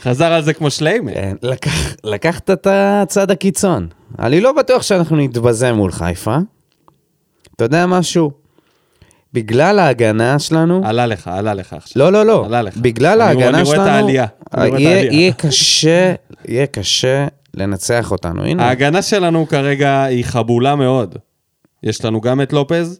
חזר על זה כמו שליימר.
כן, לקח- לקחת את הצד הקיצון. אני לא בטוח שאנחנו נתבזה מול חיפה. אתה יודע משהו? בגלל ההגנה שלנו...
[LAUGHS] עלה לך, עלה לך עכשיו.
לא, לא, לא.
עלה לך.
בגלל
אני רואה-
ההגנה
אני רואה
שלנו...
את העלייה. אני רואה את
יהיה-
העלייה.
יהיה קשה, יהיה קשה לנצח אותנו. הנה,
ההגנה שלנו כרגע היא חבולה מאוד. יש לנו גם את לופז,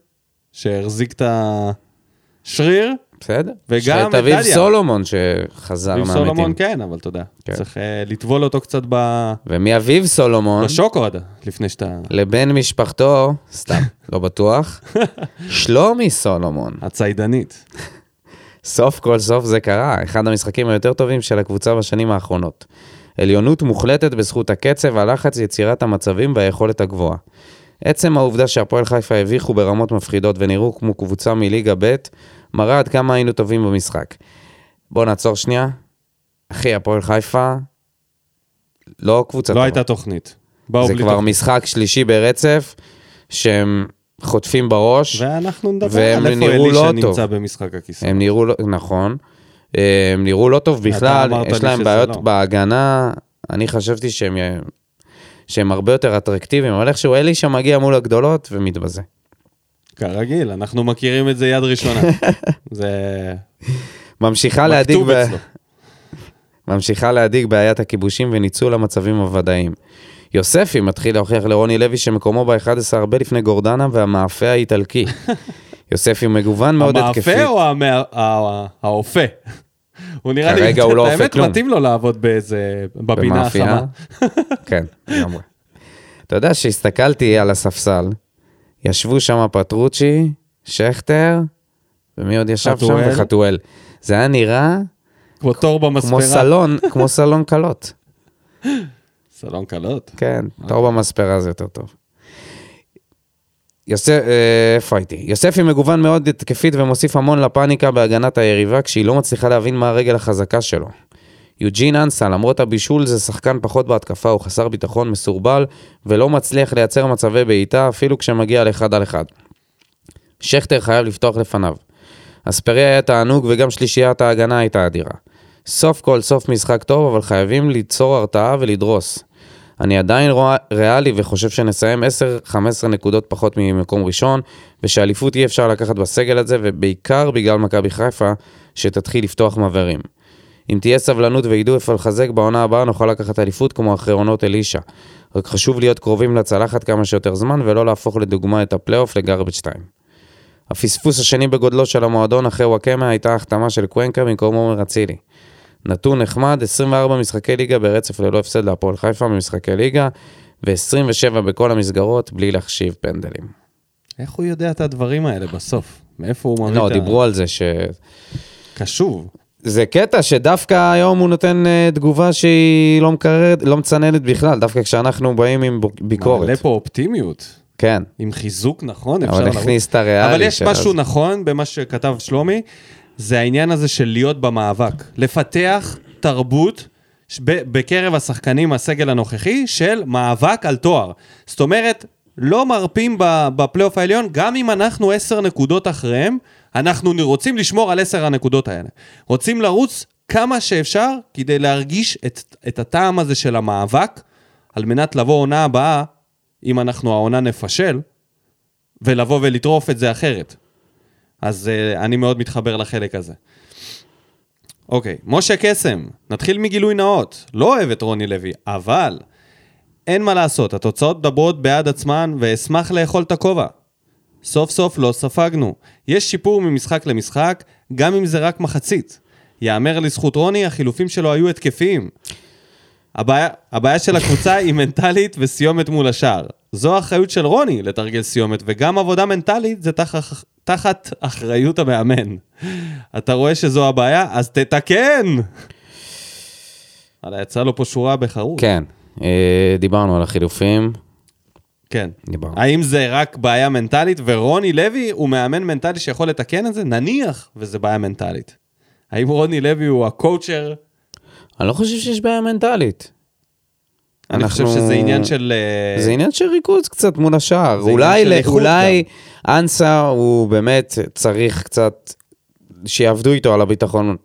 שהחזיק את השריר,
בסדר.
וגם
שאת אביב
דדיה.
סולומון שחזר
ועם
מהמתים.
סולומון כן, אבל אתה יודע.
כן.
צריך אה, לטבול אותו קצת ב-
ומאביב סולומון
בשוקולד, לפני שאתה...
לבן משפחתו, סתם, לא
[LAUGHS]
בטוח, שלומי סולומון.
הצידנית.
סוף כל סוף זה קרה, אחד המשחקים היותר טובים של הקבוצה בשנים האחרונות. עליונות מוחלטת בזכות הקצב, הלחץ, יצירת המצבים והיכולת הגבוהה. עצם העובדה שהפועל חיפה הביכו ברמות מפחידות ונראו כמו קבוצה מליגה ב', מראה עד כמה היינו טובים במשחק. בוא נעצור שנייה. אחי, הפועל חיפה, לא קבוצה
לא
טובה.
הייתה תוכנית. באו
זה
בלי
כבר
תוכנית.
משחק שלישי ברצף, שהם חוטפים בראש.
ואנחנו נדבר
והם
על איפה
נראו לא
אלישע
טוב.
נמצא במשחק הכיסא.
הם נראו לא, נכון, אה, הם נראו לא טוב בכלל,
אמרת
יש
לי
להם
שזה
בעיות
לא.
בהגנה, אני חשבתי שהם, י- שהם הרבה יותר אטרקטיביים, אבל איכשהו אלישע מגיע מול הגדולות ומתבזה.
כרגיל, אנחנו מכירים את זה יד
[LAUGHS]
ראשונה. זה
ממשיכה להדאיג,
מכתוב
ב-
אצלו.
ממשיכה להדאיג בעיית הכיבושים וניצול המצבים הוודאיים. יוספי מתחיל להוכיח לרוני לוי שמקומו ב-11 הרבה לפני גורדנה והמאפה
[LAUGHS]
האיטלקי. יוספי מגוון מאוד התקפי.
המאפה או המא- ה- האופה? [LAUGHS] הוא נראה לי,
כרגע הוא לא אופה
האמת
כלום.
מתאים לו לעבוד באיזה, בפינה
במאפייה.
החמה.
כן, לגמרי. אתה יודע שהסתכלתי על הספסל, ישבו שם פטרוצ'י, שכטר, ומי עוד ישב שם?
חתואל.
וחתואל. זה היה נראה
כמו תור
כמו
במספרה.
סלון, כמו סלון קלות.
סלון קלות.
כן, תור במספרה זה יותר טוב. יוסף, אה, איפה הייתי? יוספי מגוון מאוד התקפית ומוסיף המון לפאניקה בהגנת היריבה כשהיא לא מצליחה להבין מה הרגל החזקה שלו. יוג'ין אנסה, למרות הבישול, זה שחקן פחות בהתקפה, הוא חסר ביטחון, מסורבל, ולא מצליח לייצר מצבי בעיטה אפילו כשמגיע לאחד על אחד. שכטר חייב לפתוח לפניו. אספריה היה תענוג וגם שלישיית ההגנה הייתה אדירה. סוף כל סוף משחק טוב, אבל חייבים ליצור הרתעה ולדרוס. אני עדיין רואה- ריאלי וחושב שנסיים 10-15 נקודות פחות ממקום ראשון, ושאליפות אי אפשר לקחת בסגל הזה, ובעיקר בגלל מכבי חיפה, שתתחיל לפתוח מעברים. אם תהיה סבלנות וידעו איפה לחזק, בעונה הבאה נוכל לקחת אליפות כמו אחרי עונות אלישע. רק חשוב להיות קרובים לצלחת כמה שיותר זמן, ולא להפוך לדוגמה את הפלייאוף לגרבג' 2. הפספוס השני בגודלו של המועדון אחרי וואקמה הייתה החתמה של קוונקה במקום עומר אצילי. נתון נחמד, 24 משחקי ליגה ברצף ללא הפסד להפועל חיפה במשחקי ליגה, ו-27 בכל המסגרות בלי להחשיב פנדלים.
איך הוא יודע את הדברים האלה בסוף? מאיפה הוא מביא
לא,
את ה...
דיברו על זה ש...
קשוב.
זה קטע שדווקא היום הוא נותן אה, תגובה שהיא לא מקררת, לא מצננת בכלל, דווקא כשאנחנו באים עם בוק-
מעלה
ביקורת.
פה אופטימיות.
כן,
עם חיזוק נכון, אפשר
אבל
לרוץ.
הכניס את הריאלי
אבל יש
של
משהו
הזה.
נכון במה שכתב שלומי, זה העניין הזה של להיות במאבק. לפתח תרבות ש- ב- בקרב השחקנים מהסגל הנוכחי של מאבק על תואר. זאת אומרת, לא מרפים ב- בפלייאוף העליון, גם אם אנחנו עשר נקודות אחריהם, אנחנו רוצים לשמור על עשר הנקודות האלה. רוצים לרוץ כמה שאפשר כדי להרגיש את, את הטעם הזה של המאבק, על מנת לבוא עונה הבאה, אם אנחנו העונה נפשל, ולבוא ולטרוף את זה אחרת. אז uh, אני מאוד מתחבר לחלק הזה. אוקיי, משה קסם, נתחיל מגילוי נאות. לא אוהב את רוני לוי, אבל אין מה לעשות, התוצאות מדברות בעד עצמן, ואשמח לאכול את הכובע. סוף סוף לא ספגנו. יש שיפור ממשחק למשחק, גם אם זה רק מחצית. יאמר לזכות רוני, החילופים שלו היו התקפיים. הבעיה, הבעיה של הקבוצה היא מנטלית וסיומת מול השער. זו האחריות של רוני לתרגל סיומת, וגם עבודה מנטלית זה תח, תחת אחריות המאמן. אתה רואה שזו הבעיה? אז תתקן! וואלה, יצא לו פה שורה בחרות.
כן, אה, דיברנו על החילופים.
כן.
דיברנו.
האם זה רק בעיה מנטלית, ורוני לוי הוא מאמן מנטלי שיכול לתקן את זה? נניח וזה בעיה מנטלית. האם רוני לוי הוא הקואוצ'ר?
אני לא חושב שיש בעיה מנטלית.
אני חושב
אנחנו-
שזה עניין של... אה,
זה עניין של ריכוז קצת מול השער.
זה עניין
אולי,
של
ל-
איכות
אולי אנסה הוא באמת צריך קצת, שיעבדו איתו על הביטחון,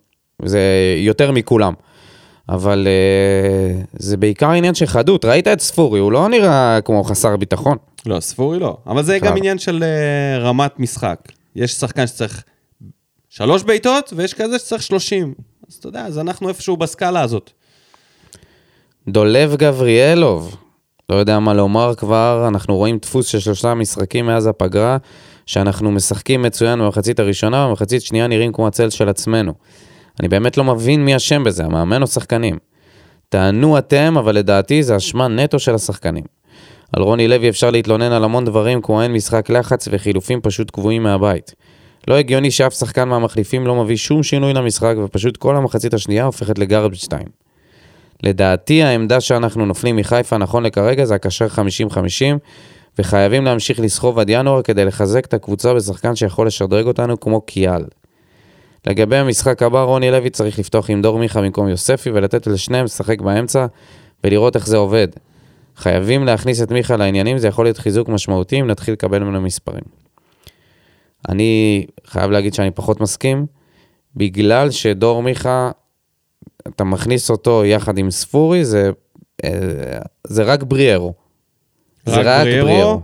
זה יותר מכולם. אבל אה, זה בעיקר עניין של חדות, ראית את ספורי, הוא לא נראה כמו חסר ביטחון.
לא, ספורי לא. אבל זה
בכלל
גם
לא.
עניין של אה, רמת משחק. יש שחקן שצריך שלוש בעיטות, ויש כזה שצריך שלושים. אז אתה יודע, אז אנחנו איפשהו בסקאלה הזאת.
דולב גבריאלוב, לא יודע מה לומר כבר, אנחנו רואים דפוס של שלושה משחקים מאז הפגרה, שאנחנו משחקים מצוין במחצית הראשונה, ובמחצית שנייה נראים כמו הצל של עצמנו. אני באמת לא מבין מי אשם בזה, המאמן או שחקנים. טענו אתם, אבל לדעתי זה אשמה נטו של השחקנים. על רוני לוי אפשר להתלונן על המון דברים, כמו אין משחק לחץ וחילופים פשוט קבועים מהבית. לא הגיוני שאף שחקן מהמחליפים לא מביא שום שינוי למשחק, ופשוט כל המחצית השנייה הופכת לגארבג' 2. לדעתי העמדה שאנחנו נופלים מחיפה נכון לכרגע זה הקשר 50-50 וחייבים להמשיך לסחוב עד ינואר כדי לחזק את הקבוצה בשחקן שיכול לשדרג אותנו כמו קיאל. לגבי המשחק הבא רוני לוי צריך לפתוח עם דור מיכה במקום יוספי ולתת לשניהם לשחק באמצע ולראות איך זה עובד. חייבים להכניס את מיכה לעניינים, זה יכול להיות חיזוק משמעותי אם נתחיל לקבל ממנו מספרים. אני חייב להגיד שאני פחות מסכים, בגלל שדור מיכה אתה מכניס אותו יחד עם ספורי, זה, אה, זה רק בריארו. זה רק בריאו.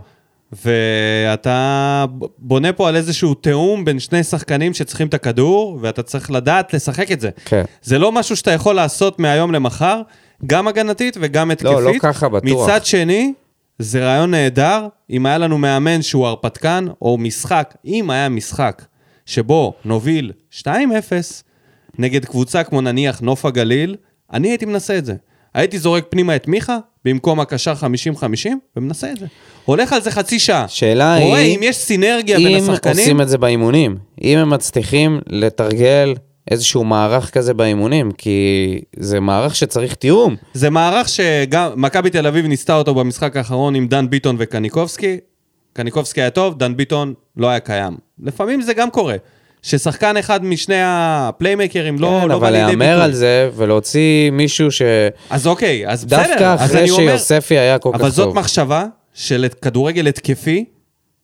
ואתה ב- בונה פה על איזשהו תיאום בין שני שחקנים שצריכים את הכדור, ואתה צריך לדעת לשחק את זה.
כן.
זה לא משהו שאתה יכול לעשות מהיום למחר, גם הגנתית וגם התקפית.
לא ככה, בטוח.
מצד שני, זה רעיון נהדר, אם היה לנו מאמן שהוא הרפתקן, או משחק, אם היה משחק שבו נוביל 2-0 נגד קבוצה כמו נניח נוף הגליל, אני הייתי מנסה את זה. הייתי זורק פנימה את מיכה, במקום הקשר 50-50, ומנסה את זה. הולך על זה חצי שעה.
השאלה
רואה
היא-
אם יש סינרגיה בין
אם
השחקנים.
עושים את זה באימונים, אם הם מצליחים לתרגל איזשהו מערך כזה באימונים, כי זה מערך שצריך תיאום.
זה מערך שגם מכבי תל אביב ניסתה אותו במשחק האחרון עם דן ביטון וקניקובסקי. קניקובסקי היה טוב, דן ביטון לא היה קיים. לפעמים זה גם קורה, ששחקן אחד משני הפליימקרים לא, לא
כן,
בא
אבל
לידי ביטוי.
להמר על זה ולהוציא מישהו שדווקא
אז אוקיי, אז בסדר. אז
אחרי
אני אומר-
שיוספי היה כל כך טוב.
אבל זאת מחשבה של כדורגל התקפי,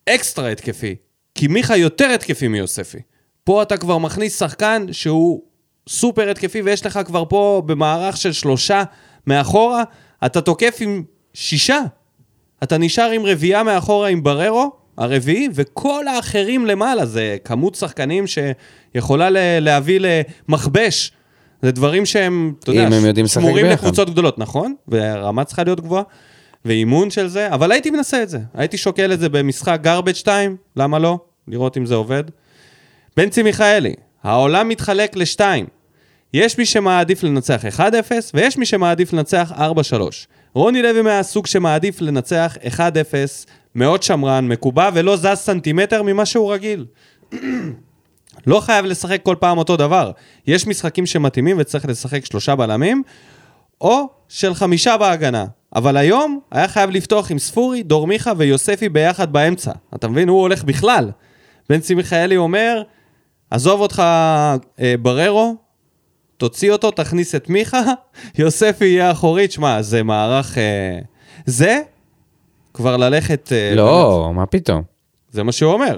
אקסטרה התקפי. כי מיכה יותר התקפי מיוספי. פה אתה כבר מכניס שחקן שהוא סופר התקפי, ויש לך כבר פה במערך של שלושה מאחורה, אתה תוקף עם שישה. אתה נשאר עם רביעייה מאחורה עם בררו, הרביעי, וכל האחרים למעלה. זה כמות שחקנים שיכולה ל- להביא למכבש. זה דברים שהם, אתה יודע,
אם הם יודעים לשחק
שמורים
ביחד.
לקבוצות גדולות, נכון? והרמה צריכה להיות גבוהה, ואימון של זה, אבל הייתי מנסה את זה. הייתי שוקל את זה במשחק garbage 2, למה לא? לראות אם זה עובד. בנצי מיכאלי, העולם מתחלק לשתיים. יש מי שמעדיף לנצח 1-0, ויש מי שמעדיף לנצח 4-3. רוני לוי מהסוג שמעדיף לנצח 1-0, מאוד שמרן, מקובע ולא זז סנטימטר ממה שהוא רגיל. לא חייב לשחק כל פעם אותו דבר. יש משחקים שמתאימים וצריך לשחק שלושה בלמים, או של חמישה בהגנה. אבל היום היה חייב לפתוח עם ספורי, דור מיכה ויוספי ביחד באמצע. אתה מבין? הוא הולך בכלל. בנצי מיכאלי אומר, עזוב אותך אה, בררו, תוציא אותו, תכניס את מיכה, [LAUGHS] יוספי יהיה אחורית. שמע, זה מערך... אה, זה כבר ללכת... אה,
לא, מה פתאום.
זה מה שהוא אומר.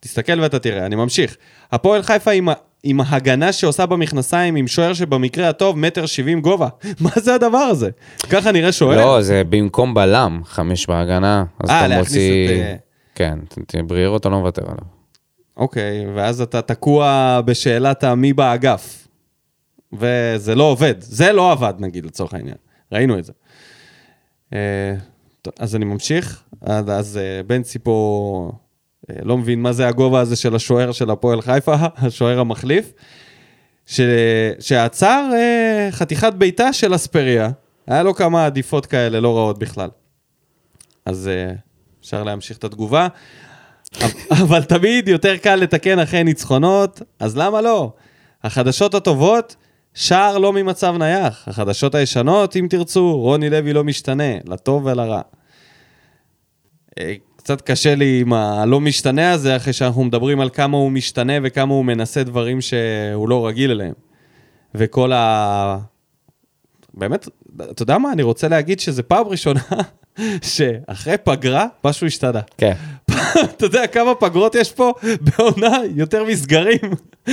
תסתכל ואתה תראה, אני ממשיך. הפועל חיפה עם, ה- עם הגנה שעושה במכנסיים, עם שוער שבמקרה הטוב מטר שבעים גובה. [LAUGHS] מה זה הדבר הזה? ככה נראה שוער?
לא, זה במקום בלם, חמש בהגנה, אז
אה,
אתה
להכניס
מוציא...
את, אה,
כן, ת- ת- ברירו אתה לא מוותר עליו.
אוקיי, ואז אתה תקוע בשאלת המי באגף. וזה לא עובד. זה לא עבד, נגיד, לצורך העניין. ראינו את זה. אה, טוב, אז אני ממשיך. אז, אז אה, בנצי פה אה, לא מבין מה זה הגובה הזה של השוער של הפועל חיפה, [LAUGHS] השוער המחליף, ש, שעצר אה, חתיכת בעיטה של אספריה. היה לו כמה עדיפות כאלה, לא רעות בכלל. אז אה, אפשר להמשיך את התגובה. אבל תמיד יותר קל לתקן אחרי ניצחונות, אז למה לא? החדשות הטובות, שער לא ממצב נייח. החדשות הישנות, אם תרצו, רוני לוי לא משתנה, לטוב ולרע. אה, קצת קשה לי עם הלא משתנה הזה, אחרי שאנחנו מדברים על כמה הוא משתנה וכמה הוא מנסה דברים שהוא לא רגיל אליהם. וכל ה... באמת, אתה יודע מה? אני רוצה להגיד שזה פעם ראשונה [LAUGHS] שאחרי פגרה, משהו השתנה.
כן.
אתה יודע כמה פגרות יש פה בעונה יותר מסגרים. אתה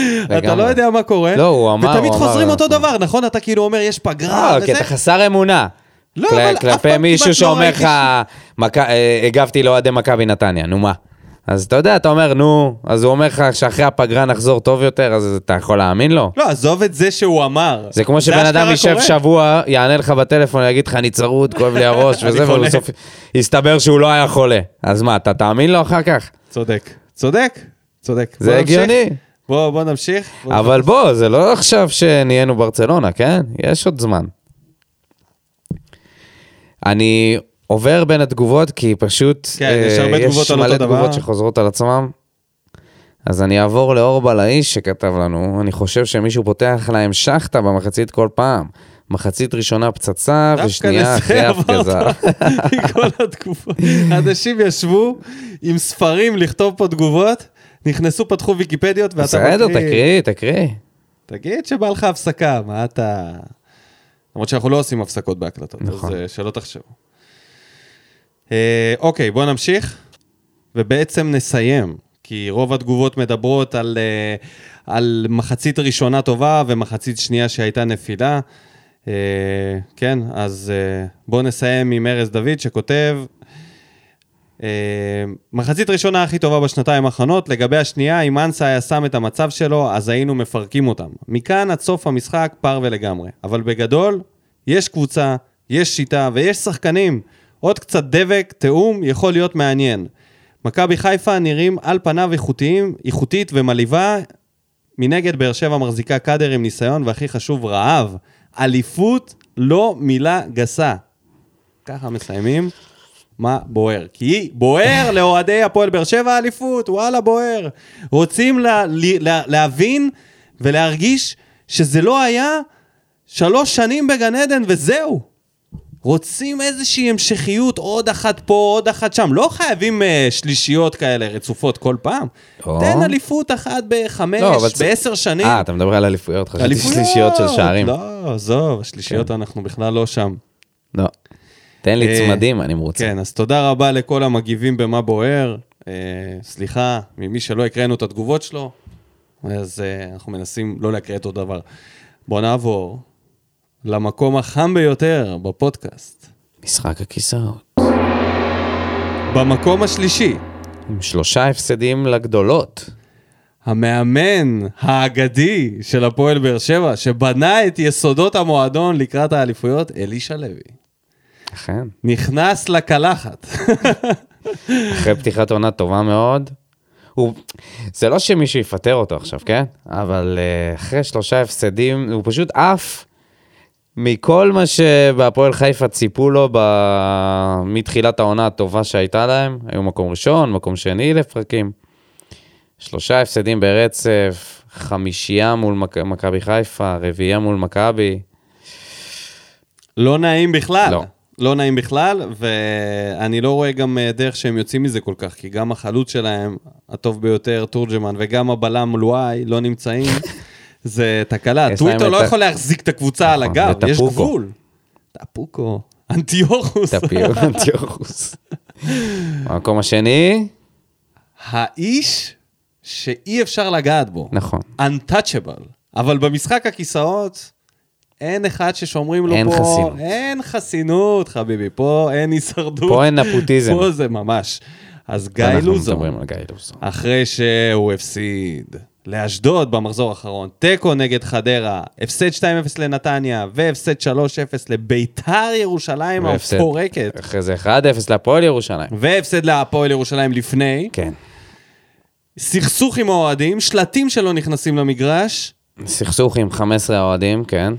לא
לגמרי.
יודע מה קורה.
לא, הוא אמר,
ותמיד
הוא אמר.
חוזרים אותו דבר, נכון? אתה כאילו אומר, יש פגרה
אה, כי
וזה.
אתה חסר אמונה.
לא,
כל-
אבל אף פעם
כלפי
כמעט לא
מישהו שאומר
ראיתי
לך, "מק- אה, הגבתי לאוהדי מכבי נתניה, נו מה? אז אתה יודע, אתה אומר, נו, אז הוא אומר לך שאחרי הפגרה נחזור טוב יותר, אז אתה יכול להאמין לו?
לא, עזוב את זה שהוא אמר.
זה כמו שבן
אשכרה
אדם יישב
קורה.
שבוע, יענה לך בטלפון, יגיד לך, אני צרוד, כואב
[LAUGHS]
לי הראש
אני
וזה,
חולה.
ובסוף יסתבר שהוא לא היה חולה. אז מה, אתה תאמין לו אחר כך?
צודק, צודק, צודק.
זה
בוא נמשיך.
הגיוני.
בוא, בוא נמשיך. בוא
אבל בוא, זה לא עכשיו שנהיינו ברצלונה, כן? יש עוד זמן. אני עובר בין התגובות, כי פשוט... אה,
כן, יש הרבה תגובות על אותו
יש
דבר.
מלא תגובות שחוזרות על עצמם. אז אני אעבור לאור בלעי שכתב לנו, אני חושב שמישהו פותח להם שחטה במחצית כל פעם. מחצית ראשונה פצצה,
דווקא
ושנייה
לזה
אחרי
[LAUGHS] עברת.
הפגזה.
מכל התקופה. אנשים ישבו עם ספרים לכתוב פה תגובות, נכנסו, פתחו ויקיפדיות, ואתה
בסדר, תקריא, תקריא.
תגיד שבא לך הפסקה, מה אתה... למרות שאנחנו לא עושים הפסקות בהקלטות, נכון.
נכון.
אז אה, שלא תחשבו. אה, אוקיי, בואו נמשיך, ובעצם נסיים, כי רוב התגובות מדברות על, אה, על מחצית ראשונה טובה ומחצית שנייה שהייתה נפילה. אה, כן, אז אה, בואו נסיים עם ארז דוד שכותב, אה, מחצית ראשונה הכי טובה בשנתיים האחרונות, לגבי השנייה, אם אנסה היה שם את המצב שלו, אז היינו מפרקים אותם. מכאן עד סוף המשחק פר ולגמרי. אבל בגדול, יש קבוצה, יש שיטה ויש שחקנים. עוד קצת דבק, תיאום, יכול להיות מעניין. מכבי חיפה נראים על פניו איכותיים, איכותית ומלאיבה. מנגד, באר שבע מחזיקה קאדר עם ניסיון, והכי חשוב, רעב. אליפות לא מילה גסה. ככה מסיימים. מה בוער? כי בוער לאוהדי הפועל באר שבע האליפות, וואלה בוער. רוצים לה, לה, להבין ולהרגיש שזה לא היה שלוש שנים בגן עדן וזהו. רוצים איזושהי המשכיות, עוד אחת פה, עוד אחת שם. לא חייבים uh, שלישיות כאלה רצופות כל פעם.
או.
תן אליפות אחת בחמש,
לא, אבל צ-
בעשר שנים.
אה, אתה מדבר על אליפויות, חשבתי שלישיות של שערים. כן.
לא, עזוב, השלישיות אנחנו בכלל לא שם.
לא. תן לי
אה,
צמדים, אני מרוצה.
כן, אז תודה רבה לכל המגיבים במה בוער. אה, סליחה ממי שלא הקראנו את התגובות שלו, אז אה, אנחנו מנסים לא להקריא אותו דבר. בואו נעבור למקום החם ביותר בפודקאסט.
משחק הכיסאות.
במקום השלישי,
עם שלושה הפסדים לגדולות.
המאמן האגדי של הפועל באר שבע, שבנה את יסודות המועדון לקראת האליפויות, אלישע לוי.
אכן.
נכנס לקלחת. [LAUGHS]
אחרי פתיחת עונה טובה מאוד. הוא... זה לא שמישהו יפטר אותו עכשיו, כן? אבל אה, אחרי שלושה הפסדים, הוא פשוט עף מכל מה שבהפועל חיפה ציפו לו ב... מתחילת העונה הטובה שהייתה להם. היו מקום ראשון, מקום שני לפרקים. שלושה הפסדים ברצף, חמישייה מול מכ- מכבי חיפה, רביעייה מול מכבי.
לא נעים בכלל. לא.
לא.
לא נעים בכלל, ואני לא רואה גם אה, דרך שהם יוצאים מזה כל כך, כי גם החלוץ שלהם, הטוב ביותר, תורג'מן, וגם הבלם לואי, לא נמצאים. [LAUGHS] זה תקלה.
יש להם
טוויטר
את
לא
ה-
יכול להחזיק את הקבוצה על
נכון,
הגב, יש
וטפוקו.
גבול. טפוקו. אנטיוכוס.
טפיון אנטיוכוס. במקום השני,
[LAUGHS] האיש שאי אפשר לגעת בו.
נכון.
untouchable. אבל במשחק הכיסאות, אין אחד ששומרים לו
אין
פה...
חסינות.
אין חסינות, חביבי. פה אין הישרדות.
פה אין נפוטיזם.
פה זה ממש. אז גיא
אנחנו
לוזון,
מדברים על גיא לוזון.
אחרי שהוא הפסיד לאשדוד במחזור האחרון, תיקו נגד חדרה, הפסד 2-0 לנתניה, והפסד 3-0 לביתר ירושלים
והפסד.
המפורקת,
אחרי זה 1-0 להפועל ירושלים.
והפסד להפועל ירושלים לפני,
כן.
סכסוך עם האוהדים, שלטים שלא נכנסים למגרש,
סכסוך עם 15 האוהדים, כן.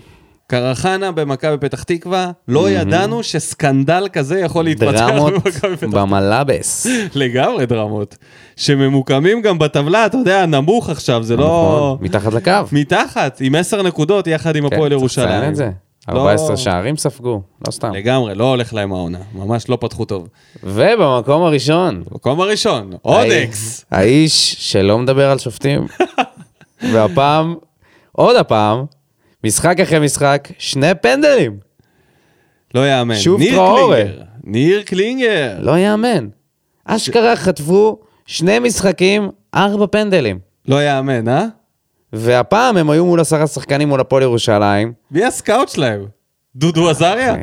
קרחנה במכבי פתח תקווה, לא ידענו שסקנדל כזה יכול להתפתח
דרמות
במכבי פתח
במלאבס.
לגמרי דרמות. שממוקמים גם בטבלה, אתה יודע, נמוך עכשיו, זה לא...
נכון, מתחת לקו.
מתחת, עם 10 נקודות יחד עם הפועל
כן, צריך לציין
ירושלים.
את זה.
לא-
14 שערים ספגו, לא סתם.
לגמרי, לא הולך להם העונה, ממש לא פתחו טוב.
ובמקום הראשון,
מקום הראשון, אודקס.
האי- האיש שלא מדבר על
[LAUGHS]
שופטים. והפעם, עוד הפעם, משחק אחרי משחק, שני פנדלים.
לא יאמן.
שוב
ניר
טראורה.
קלינגר. ניר קלינגר.
לא יאמן. אשכרה חטפו שני משחקים, ארבע פנדלים.
לא יאמן, אה?
והפעם הם היו מול עשרה שחקנים מול הפועל ירושלים.
מי הסקאוט שלהם? דודו עזריה?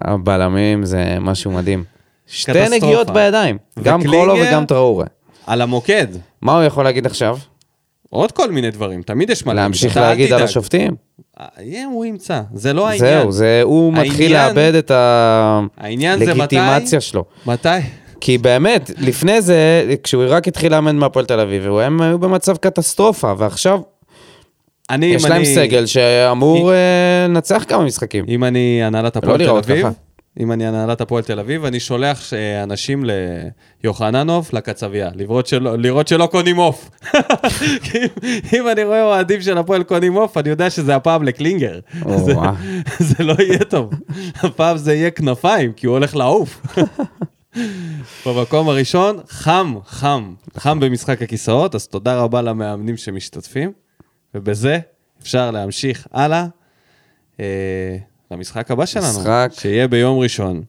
הבלמים זה משהו מדהים. שתי
קטסטרופה.
נגיעות בידיים, גם
וקלינגר?
קולו וגם טראורה.
[LAUGHS] על המוקד.
מה הוא יכול להגיד עכשיו?
עוד כל מיני דברים, תמיד יש מה
להמשיך
אתה אל
להגיד על
תדאג.
השופטים?
אה, הוא ימצא, זה לא העניין.
זהו, זה- הוא מתחיל
העניין-
לאבד את
העניין זה מתי-
הלגיטימציה שלו.
מתי?
כי באמת, לפני זה, כשהוא רק התחיל לאמן מהפועל תל אביב, הוא- הם היו במצב קטסטרופה, ועכשיו
אני,
יש
אם
להם
אני-
סגל שאמור אה, לנצח כמה משחקים.
אם אני הנהלת
לא
הפועל תל
לראות
אביב,
ככה.
אם אני הנהלת הפועל תל אביב, אני שולח אה, אנשים ליוחננוף, לקצבייה, לראות שלא- לראות שלא קונים עוף. [LAUGHS] כי אם- אם אני רואה אוהדים של הפועל קונים עוף, אני יודע שזה הפעם לקלינגר.
או,
זה-
אה.
[LAUGHS] זה לא יהיה טוב. הפעם זה יהיה כנפיים, כי הוא הולך לעוף. במקום הראשון, חם, חם, חם במשחק הכיסאות, אז תודה רבה למאמנים שמשתתפים, ובזה אפשר להמשיך הלאה אה, למשחק הבא שלנו,
משחק.
שיהיה ביום ראשון,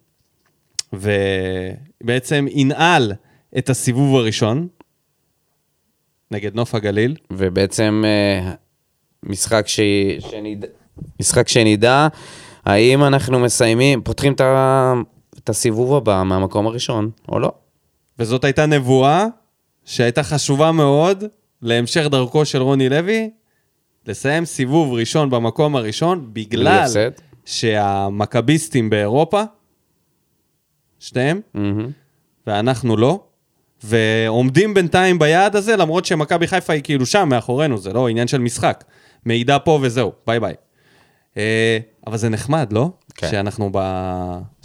ובעצם ינעל את הסיבוב הראשון נגד נוף הגליל.
ובעצם אה, משחק, ש... שנדע... משחק שנדע האם אנחנו מסיימים, פותחים את, ה... את הסיבוב הבא מהמקום הראשון או לא.
וזאת הייתה נבואה שהייתה חשובה מאוד להמשך דרכו של רוני לוי, לסיים סיבוב ראשון במקום הראשון,
בלי
בגלל
הפסד.
שהמכביסטים באירופה, שניהם,
מהמם.
ואנחנו לא, ועומדים בינתיים ביעד הזה, למרות שמכבי חיפה היא כאילו שם, מאחורינו, זה לא עניין של משחק. מידע פה וזהו, ביי ביי. אה, אבל זה נחמד, לא?
כן. Mm-hmm.
שאנחנו ב...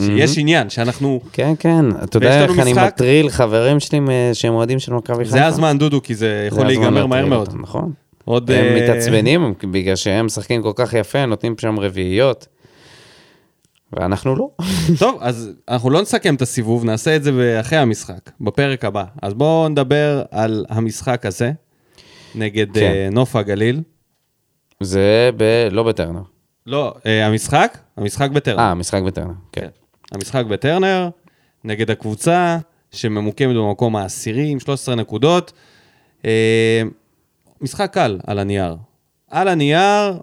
שיש עניין, שאנחנו...
כן, כן, אתה
ויש
יודע
לנו
איך אני
משחק-
מטריל חברים שלי אה, שהם אוהדים של מכבי חיפה.
זה הזמן, דודו, כי זה
זה
יכול
הזמן
להיגמר
להטריל
מהר מאוד.
אותם, נכון.
עוד...
הם
אה,
מתעצבנים בגלל שהם משחקים כל כך יפה, נותנים שם רביעיות. ואנחנו לא.
[LAUGHS] טוב, אז אנחנו לא נסכם את הסיבוב, נעשה את זה אחרי המשחק, בפרק הבא. אז בואו נדבר על המשחק הזה, נגד
כן.
אה, נוף הגליל.
זה ב... לא בטרנר.
לא, אה, המשחק? המשחק בטרנר.
אה, משחק בטרנר, כן.
המשחק בטרנר, נגד הקבוצה שממוקמת במקום העשירי עם 13 נקודות. אה, משחק קל על הנייר. על הנייר,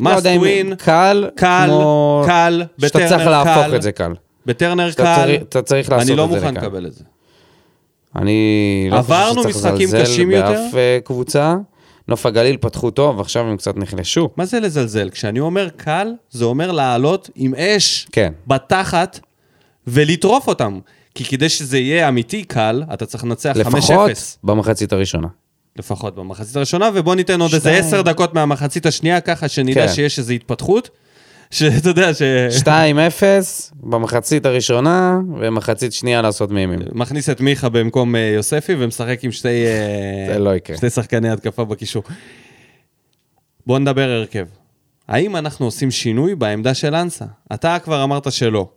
לא
must
יודע אם
win,
קל,
קל,
כמו...
קל,
שאתה צריך
בטרנר
להפוך
קל.
את זה קל.
בטרנר
שאתה
קל,
צריך- אתה צריך לעשות
אני לא
את זה
מוכן
לקהל.
לקבל את זה.
אני לא חושב
עברנו
שצריך
משחקים
לזלזל
קשים
באף
יותר?
אה, קבוצה. נוף הגליל פתחו טוב, עכשיו הם קצת נחלשו.
מה זה לזלזל? כשאני אומר קל, זה אומר לעלות עם אש
כן.
בתחת ולטרוף אותם. כי כדי שזה יהיה אמיתי קל, אתה צריך לנצח 5-0.
לפחות
[LAUGHS]
במחצית הראשונה.
לפחות במחצית הראשונה, ובוא ניתן עוד איזה
שתיים.
10 דקות מהמחצית השנייה, ככה שנדע
כן.
שיש איזו התפתחות. [LAUGHS] שאתה יודע, ש...
2-0 במחצית הראשונה, ומחצית שנייה לעשות מימים.
מכניס את מיכה במקום אה, יוספי ומשחק עם שתי, אה,
זה לא יקרה.
שתי שחקני התקפה בקישור. בואו נדבר הרכב. האם אנחנו עושים שינוי בעמדה של אנסה? אתה כבר אמרת שלא.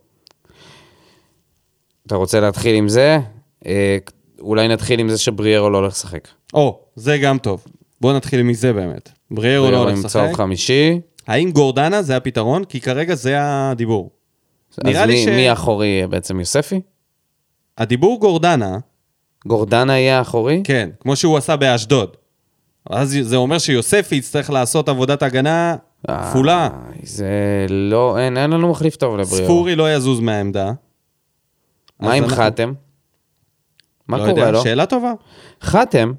אתה רוצה להתחיל עם זה? אה, אולי נתחיל עם זה שבריארו לא הולך לשחק.
או, זה גם טוב. בואו נתחיל מזה באמת. בריארו לא
בריארו
הולך
ימצא
לשחק.
עוד חמישי,
האם גורדנה זה הפתרון? כי כרגע זה הדיבור.
אז
נראה לי
מי-
ש-
מי אחורי בעצם יוספי?
הדיבור גורדנה,
גורדנה יהיה האחורי?
כן, כמו שהוא עשה באשדוד. אז זה אומר שיוספי יצטרך לעשות עבודת הגנה
אה,
כפולה.
זה לא, אין, אין לנו מחליף טוב לבריאו.
ספורי לא יזוז מהעמדה.
מה עם
אז אנחנו-
חתם? מה
לא
קורה
יודע,
לו?
שאלה טובה.
חתם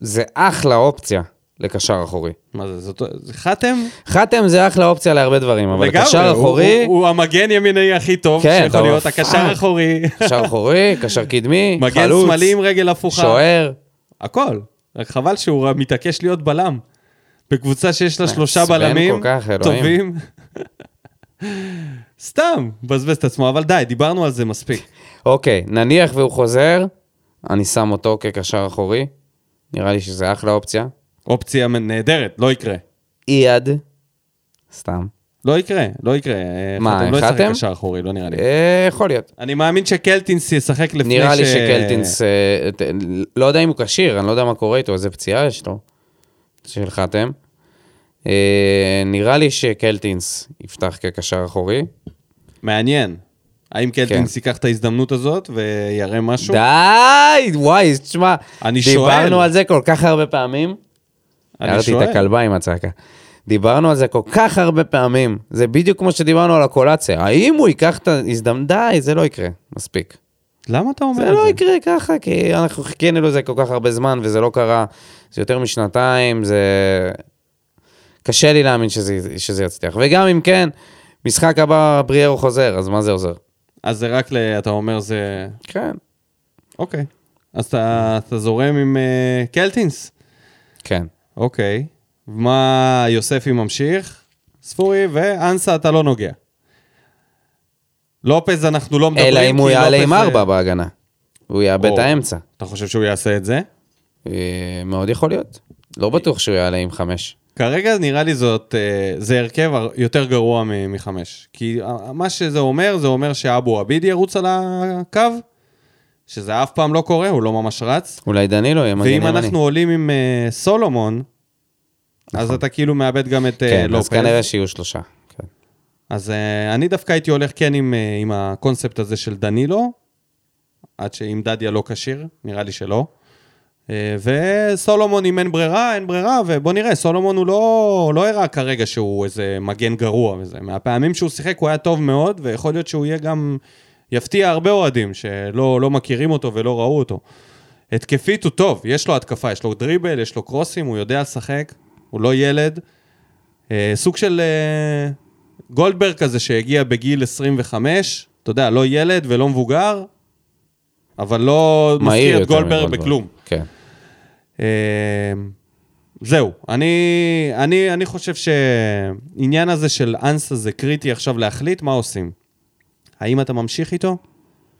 זה אחלה אופציה לקשר אחורי.
מה זה, זאת... זה חתם?
חתם זה אחלה אופציה להרבה דברים, אבל
לגמרי,
לקשר
הוא-
אחורי,
הוא, הוא המגן ימיני הכי טוב
כן,
שיכול
אתה-
להיות, הקשר
אה. [LAUGHS]
אחורי.
קשר אחורי, קשר
[LAUGHS]
קדמי,
מגן
חלוץ,
שמאלי עם רגל הפוכה.
שוער.
הכל. רק חבל שהוא רק מתעקש להיות בלם. בקבוצה שיש לה שלושה
מעצבן
בלמים
כל כך, אלוהים.
טובים. [LAUGHS] סתם, מבזבז את עצמו, אבל די, דיברנו על זה מספיק.
אוקיי, נניח והוא חוזר, אני שם אותו כקשר אחורי, נראה לי שזה אחלה אופציה.
אופציה נהדרת, לא יקרה.
אייד, סתם.
לא יקרה, לא יקרה. אה,
מה,
חתם לא ישחק
החלטתם?
קשר אחורי, לא נראה לי.
אה, יכול להיות.
אני מאמין שקלטינס ישחק לפני ש...
נראה לי שקלטינס, אה, ת- לא יודע אם הוא כשיר, אני לא יודע מה קורה איתו, איזה פציעה יש לו, של חתם. אה, נראה לי שקלטינס יפתח כקשר אחורי.
מעניין. האם קלטינס ייקח את ההזדמנות הזאת ויראה משהו?
כן. די, וואי, תשמע,
אני שואל.
דיברנו על זה כל כך הרבה פעמים.
אני
הערתי את
שואל.
הכלבה עם הצעקה. דיברנו על זה כל כך הרבה פעמים, זה בדיוק כמו שדיברנו על הקולציה. האם הוא ייקח את ההזדמנות? די, זה לא יקרה, מספיק.
למה אתה אומר
זה
את
לא
זה?
יקרה ככה, כי אנחנו חיכינו לזה כל כך הרבה זמן, וזה לא קרה. זה יותר משנתיים, זה... קשה לי להאמין שזה, שזה יצליח. וגם אם כן, משחק הבא בריארו חוזר, אז מה זה עוזר?
אז זה רק, ל- אתה אומר, זה...
כן.
אוקיי. אז אתה אתה זורם עם אה, קלטינס?
כן.
אוקיי. מה יוספי ממשיך? ספורי ואנסה אתה לא נוגע. לופז אנחנו לא מדברים.
אלא אם הוא
כי
יעלה
לופז
עם
זה-
ארבע בהגנה. הוא יאבד
או.
את האמצע.
אתה חושב שהוא יעשה את זה?
אה, מאוד יכול להיות. לא בטוח שהוא יעלה עם חמש.
כרגע נראה לי זאת, אה, זה הרכב הר- יותר גרוע מ- מחמש. כי אה, מה שזה אומר, זה אומר שאבו עביד ירוץ על הקו, שזה אף פעם לא קורה, הוא לא ממש רץ.
אולי דנילו יהיה מגן
ואם
ימני.
אנחנו עולים עם אה, סולומון, אז אתה כאילו מאבד גם את אה,
נכון. כן,
לופז.
אז כנראה שיהיו שלושה. כן.
אז uh, אני דווקא הייתי הולך כן עם, uh, עם הקונספט הזה של דנילו, עד שאם דדיה לא כשיר, נראה לי שלא. Uh, וסולומון, אם אין ברירה, אין ברירה, ובוא נראה, סולומון הוא לא, לא הראה כרגע שהוא איזה מגן גרוע וזה. מהפעמים שהוא שיחק הוא היה טוב מאוד, ויכול להיות שהוא יהיה גם, יפתיע הרבה אוהדים שלא לא מכירים אותו ולא ראו אותו. התקפית הוא טוב, יש לו התקפה, יש לו דריבל, יש לו קרוסים, הוא יודע לשחק, הוא לא ילד. אה, סוג של אה, גולדברג כזה שהגיע בגיל 25, אתה יודע, לא ילד ולא מבוגר, אבל לא
מהיר
מזכיר את
יותר
גולדברג
מגולדברג.
בכלום.
כן.
אה, זהו, אני, אני, אני חושב שהעניין הזה של אנסה זה קריטי עכשיו להחליט מה עושים. האם אתה ממשיך איתו?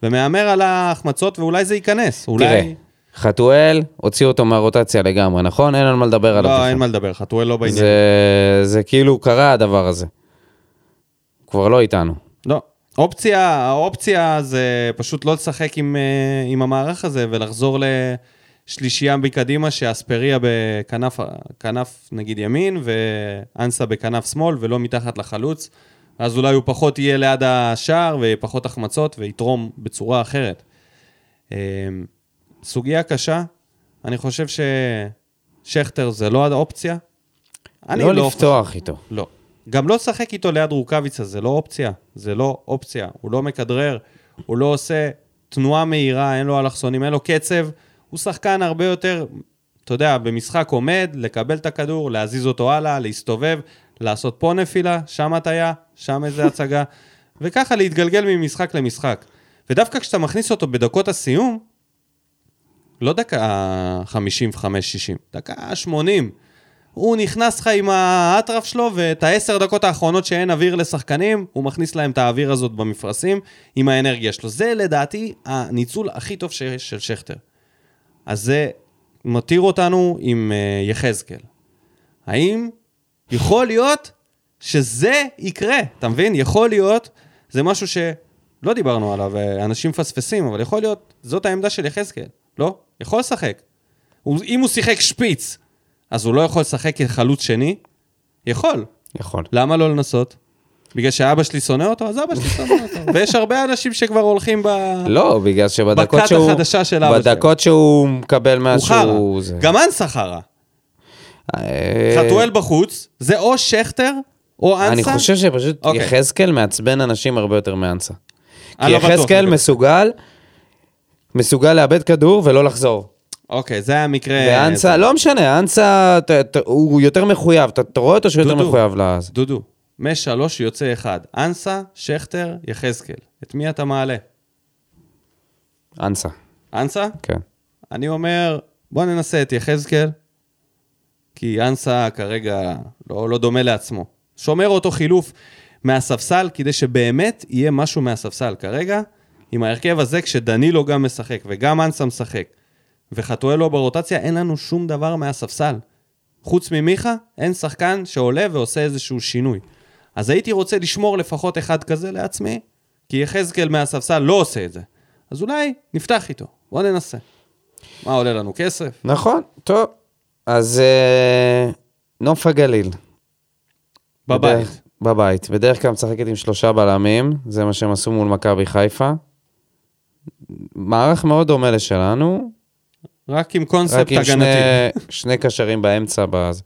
ומהמר על ההחמצות ואולי זה ייכנס. אולי... לא,
תראה, חתואל, הוציאו אותו מהרוטציה לגמרי, נכון? אין על מה לדבר עליו.
לא,
בכלל.
אין מה לדבר, חתואל לא בעניין.
זה- זה כאילו קרה הדבר הזה. הוא כבר לא איתנו.
לא. אופציה, האופציה זה פשוט לא לשחק עם, אה, עם המערך הזה ולחזור לשלישייה מקדימה שאספריה בכנף, כנף נגיד ימין ואנסה בכנף שמאל ולא מתחת לחלוץ. אז אולי הוא פחות יהיה ליד השער ופחות החמצות ויתרום בצורה אחרת. אה, סוגיה קשה, אני חושב ששכטר זה לא האופציה. אני
לא לפתוח איתו.
לא. גם לא לשחק איתו ליד רוקאביצה, זה לא אופציה. זה לא אופציה. הוא לא מכדרר, הוא לא עושה תנועה מהירה, אין לו אלכסונים, אין לו קצב. הוא שחקן הרבה יותר, אתה יודע, במשחק עומד, לקבל את הכדור, להזיז אותו הלאה, להסתובב, לעשות פה נפילה, שם הטיה, שם איזה הצגה, וככה להתגלגל ממשחק למשחק. ודווקא כשאתה מכניס אותו בדקות הסיום, לא דקה 55-60, דקה 80. הוא נכנס לך עם האטרף שלו, ואת העשר דקות האחרונות שאין אוויר לשחקנים, הוא מכניס להם את האוויר הזאת במפרשים, עם האנרגיה שלו. זה לדעתי הניצול הכי טוב ש... של שכטר. אז זה מותיר אותנו עם אה, יחזקאל. האם יכול להיות שזה יקרה? אתה מבין? יכול להיות, זה משהו שלא דיברנו עליו, אה, אנשים מפספסים, אבל יכול להיות, זאת העמדה של יחזקאל, לא? יכול לשחק. הוא, אם הוא שיחק שפיץ, אז הוא לא יכול לשחק כחלוץ שני? יכול.
יכול.
למה לא לנסות? בגלל שאבא שלי שונא אותו, אז אבא שלי שונא
[LAUGHS]
אותו. ויש הרבה אנשים שכבר הולכים ב...
לא, בגלל שבדקות
בכת
שהוא...
החדשה של אבא שלו.
בדקות שהוא
הוא
מקבל
חרא.
משהו... זה-
גם אנסה חרא.
אה,
חתואל בחוץ, זה או שכטר או אנסה.
אני חושב שפשוט
אוקיי.
יחזקאל מעצבן אנשים הרבה יותר מאנסה. כי
אני לא בטוח
יחזקאל
לגבי-
מסוגל, מסוגל לאבד כדור ולא לחזור.
אוקיי, זה היה מקרה...
ואנסה, לא משנה, אנסה ת- ת- הוא יותר מחויב, אתה אתה רואה אותו שהוא יותר
דודו.
מחויב לזה.
דודו, משלוש יוצא אחד. אנסה, שכטר, יחזקאל. את מי אתה מעלה?
אנסה,
אנסה?
כן.
אני אומר, בוא ננסה את יחזקאל, כי אנסה כרגע לא, לא דומה לעצמו. שומר אותו חילוף מהספסל, כדי שבאמת יהיה משהו מהספסל. כרגע, עם ההרכב הזה, כשדנילו גם משחק, וגם אנסה משחק, וחתואל לא ברוטציה, אין לנו שום דבר מהספסל. חוץ ממיכה, אין שחקן שעולה ועושה איזשהו שינוי. אז הייתי רוצה לשמור לפחות אחד כזה לעצמי, כי יחזקאל מהספסל לא עושה את זה. אז אולי נפתח איתו, בוא ננסה. מה עולה לנו כסף?
נכון, טוב. אז אה, נוף הגליל. בדרך-
בבית.
בבית. בדרך כלל משחקת עם שלושה בלמים, זה מה שהם עשו מול מכבי חיפה. מערך מאוד דומה לשלנו,
רק עם
רק
קונספט
עם שני,
הגנתי. [LAUGHS]
שני קשרים באמצע. בז...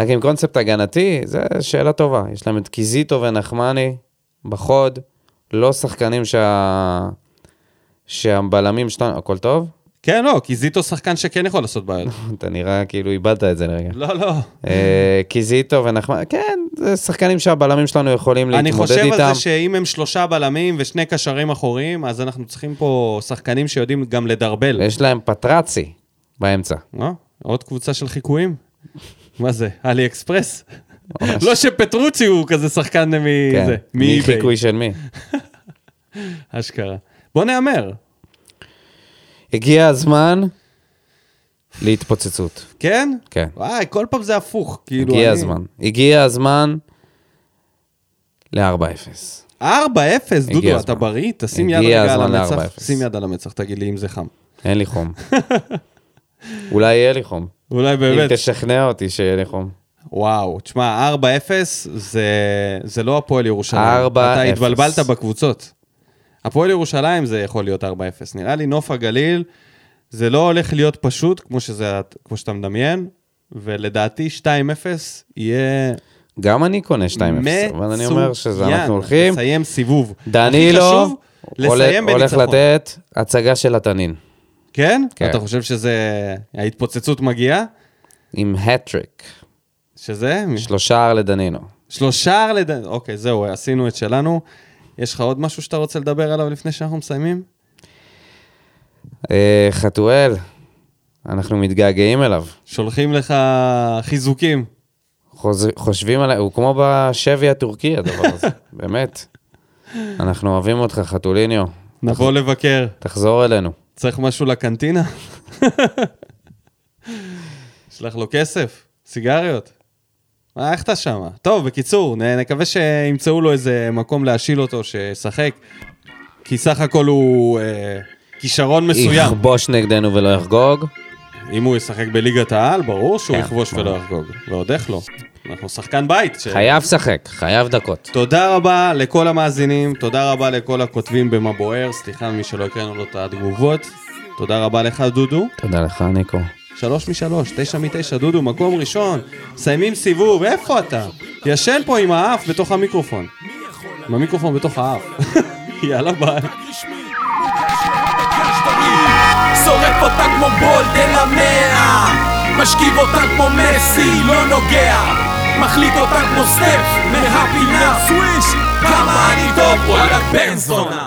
רק עם קונספט הגנתי, זו שאלה טובה. יש להם את קיזיטו ונחמני בחוד, לא שחקנים שה... שהבלמים שלנו, הכל טוב? [LAUGHS]
כן, לא, כי זיטו שחקן שכן יכול לעשות בעיות.
אתה נראה כאילו איבדת את זה לרגע.
לא, לא.
אה, קיזיטו ונחמני, כן, זה שחקנים שהבלמים שלנו יכולים
אני
להתמודד
חושב
איתם.
על זה שאם הם שלושה בלמים ושני קשרים אחוריים, אז אנחנו צריכים פה שחקנים שיודעים גם לדרבל.
יש להם פטרצי באמצע.
אה? עוד קבוצה של
[LAUGHS]
חיקויים? מה זה, אלי אקספרס? לא שפטרוצי הוא כזה שחקן מזה,
מי
מאי-ביי,
כן, חיקוי של מי?
אשכרה. בוא נהמר.
הגיע הזמן להתפוצצות.
כן?
כן.
וואי, כל פעם זה הפוך. כאילו,
הגיע
אני-
הזמן. הגיע הזמן ל-4-0.
4-0, דודו,
הגיע
אתה
הזמן.
בריא? תשים יד
הגיע
רגע על
הזמן
המצח.
ל-4-0.
שים יד על המצח, תגיד לי אם זה חם.
אין לי
[LAUGHS]
חום. אולי יהיה לי חום.
אולי
אם
באמת.
תשכנע אותי שיהיה לי חום.
וואו, תשמע, 4-0 זה, זה לא הפועל ירושלים.
4-0.
אתה התבלבלת בקבוצות. הפועל ירושלים זה יכול להיות 4-0. נראה לי נוף הגליל, זה לא הולך להיות פשוט כמו, שזה, כמו שאתה מדמיין, ולדעתי 2-0 יהיה
גם אני קונה 2-0,
מצוין.
אבל אני אומר שזה אנחנו הולכים.
לסיים סיבוב. הכי
דנילו
חשוב,
הולך
לסיים
הולך
בניצחון.
לתת הצגה של התנין,
כן?
כן.
אתה חושב שזה... ההתפוצצות מגיעה?
עם הטריק.
שזה?
שלושה לדנינו.
שלושה לד... אוקיי, זהו, עשינו את שלנו. יש לך עוד משהו שאתה רוצה לדבר עליו לפני שאנחנו מסיימים?
אה, חתואל, אנחנו מתגעגעים אליו.
שולחים לך חיזוקים.
חוז- חושבים עליי, הוא כמו בשבי הטורקי הדבר הזה, באמת. אנחנו אוהבים אותך, חתוליניו.
נבוא לבקר.
תחזור אלינו.
צריך משהו לקנטינה? [LAUGHS] שלח לו כסף, סיגריות. מה, איך אתה שם? טוב, בקיצור, נ- נקווה שימצאו לו איזה מקום להשיל אותו, שישחק. כי סך הכל הוא אה, כישרון מסוים.
יכבוש נגדנו ולא יחגוג.
אם הוא ישחק בליגת העל, ברור שהוא
כן,
יכבוש ולא יחגוג. ועוד איך לא. אנחנו שחקן בית. ש-
חייב לשחק, חייב דקות.
תודה רבה לכל המאזינים, תודה רבה לכל הכותבים במה בוער, סליחה ממי שלא הקראנו לו את התגובות. תודה רבה לך, דודו.
תודה לך, ניקו.
שלוש משלוש, תשע מתשע, דודו, מקום ראשון. מסיימים סיבוב, איפה אתה? ישן פה עם האף בתוך המיקרופון. עם המיקרופון בתוך האף. [LAUGHS] יאללה ביי.
שורף אותה כמו בולד אל המאה משכיב אותה כמו מסי, לא נוגע מחליט אותה כמו סטף מהפינה סוויש כמה אני טוב, וואלה בן זונה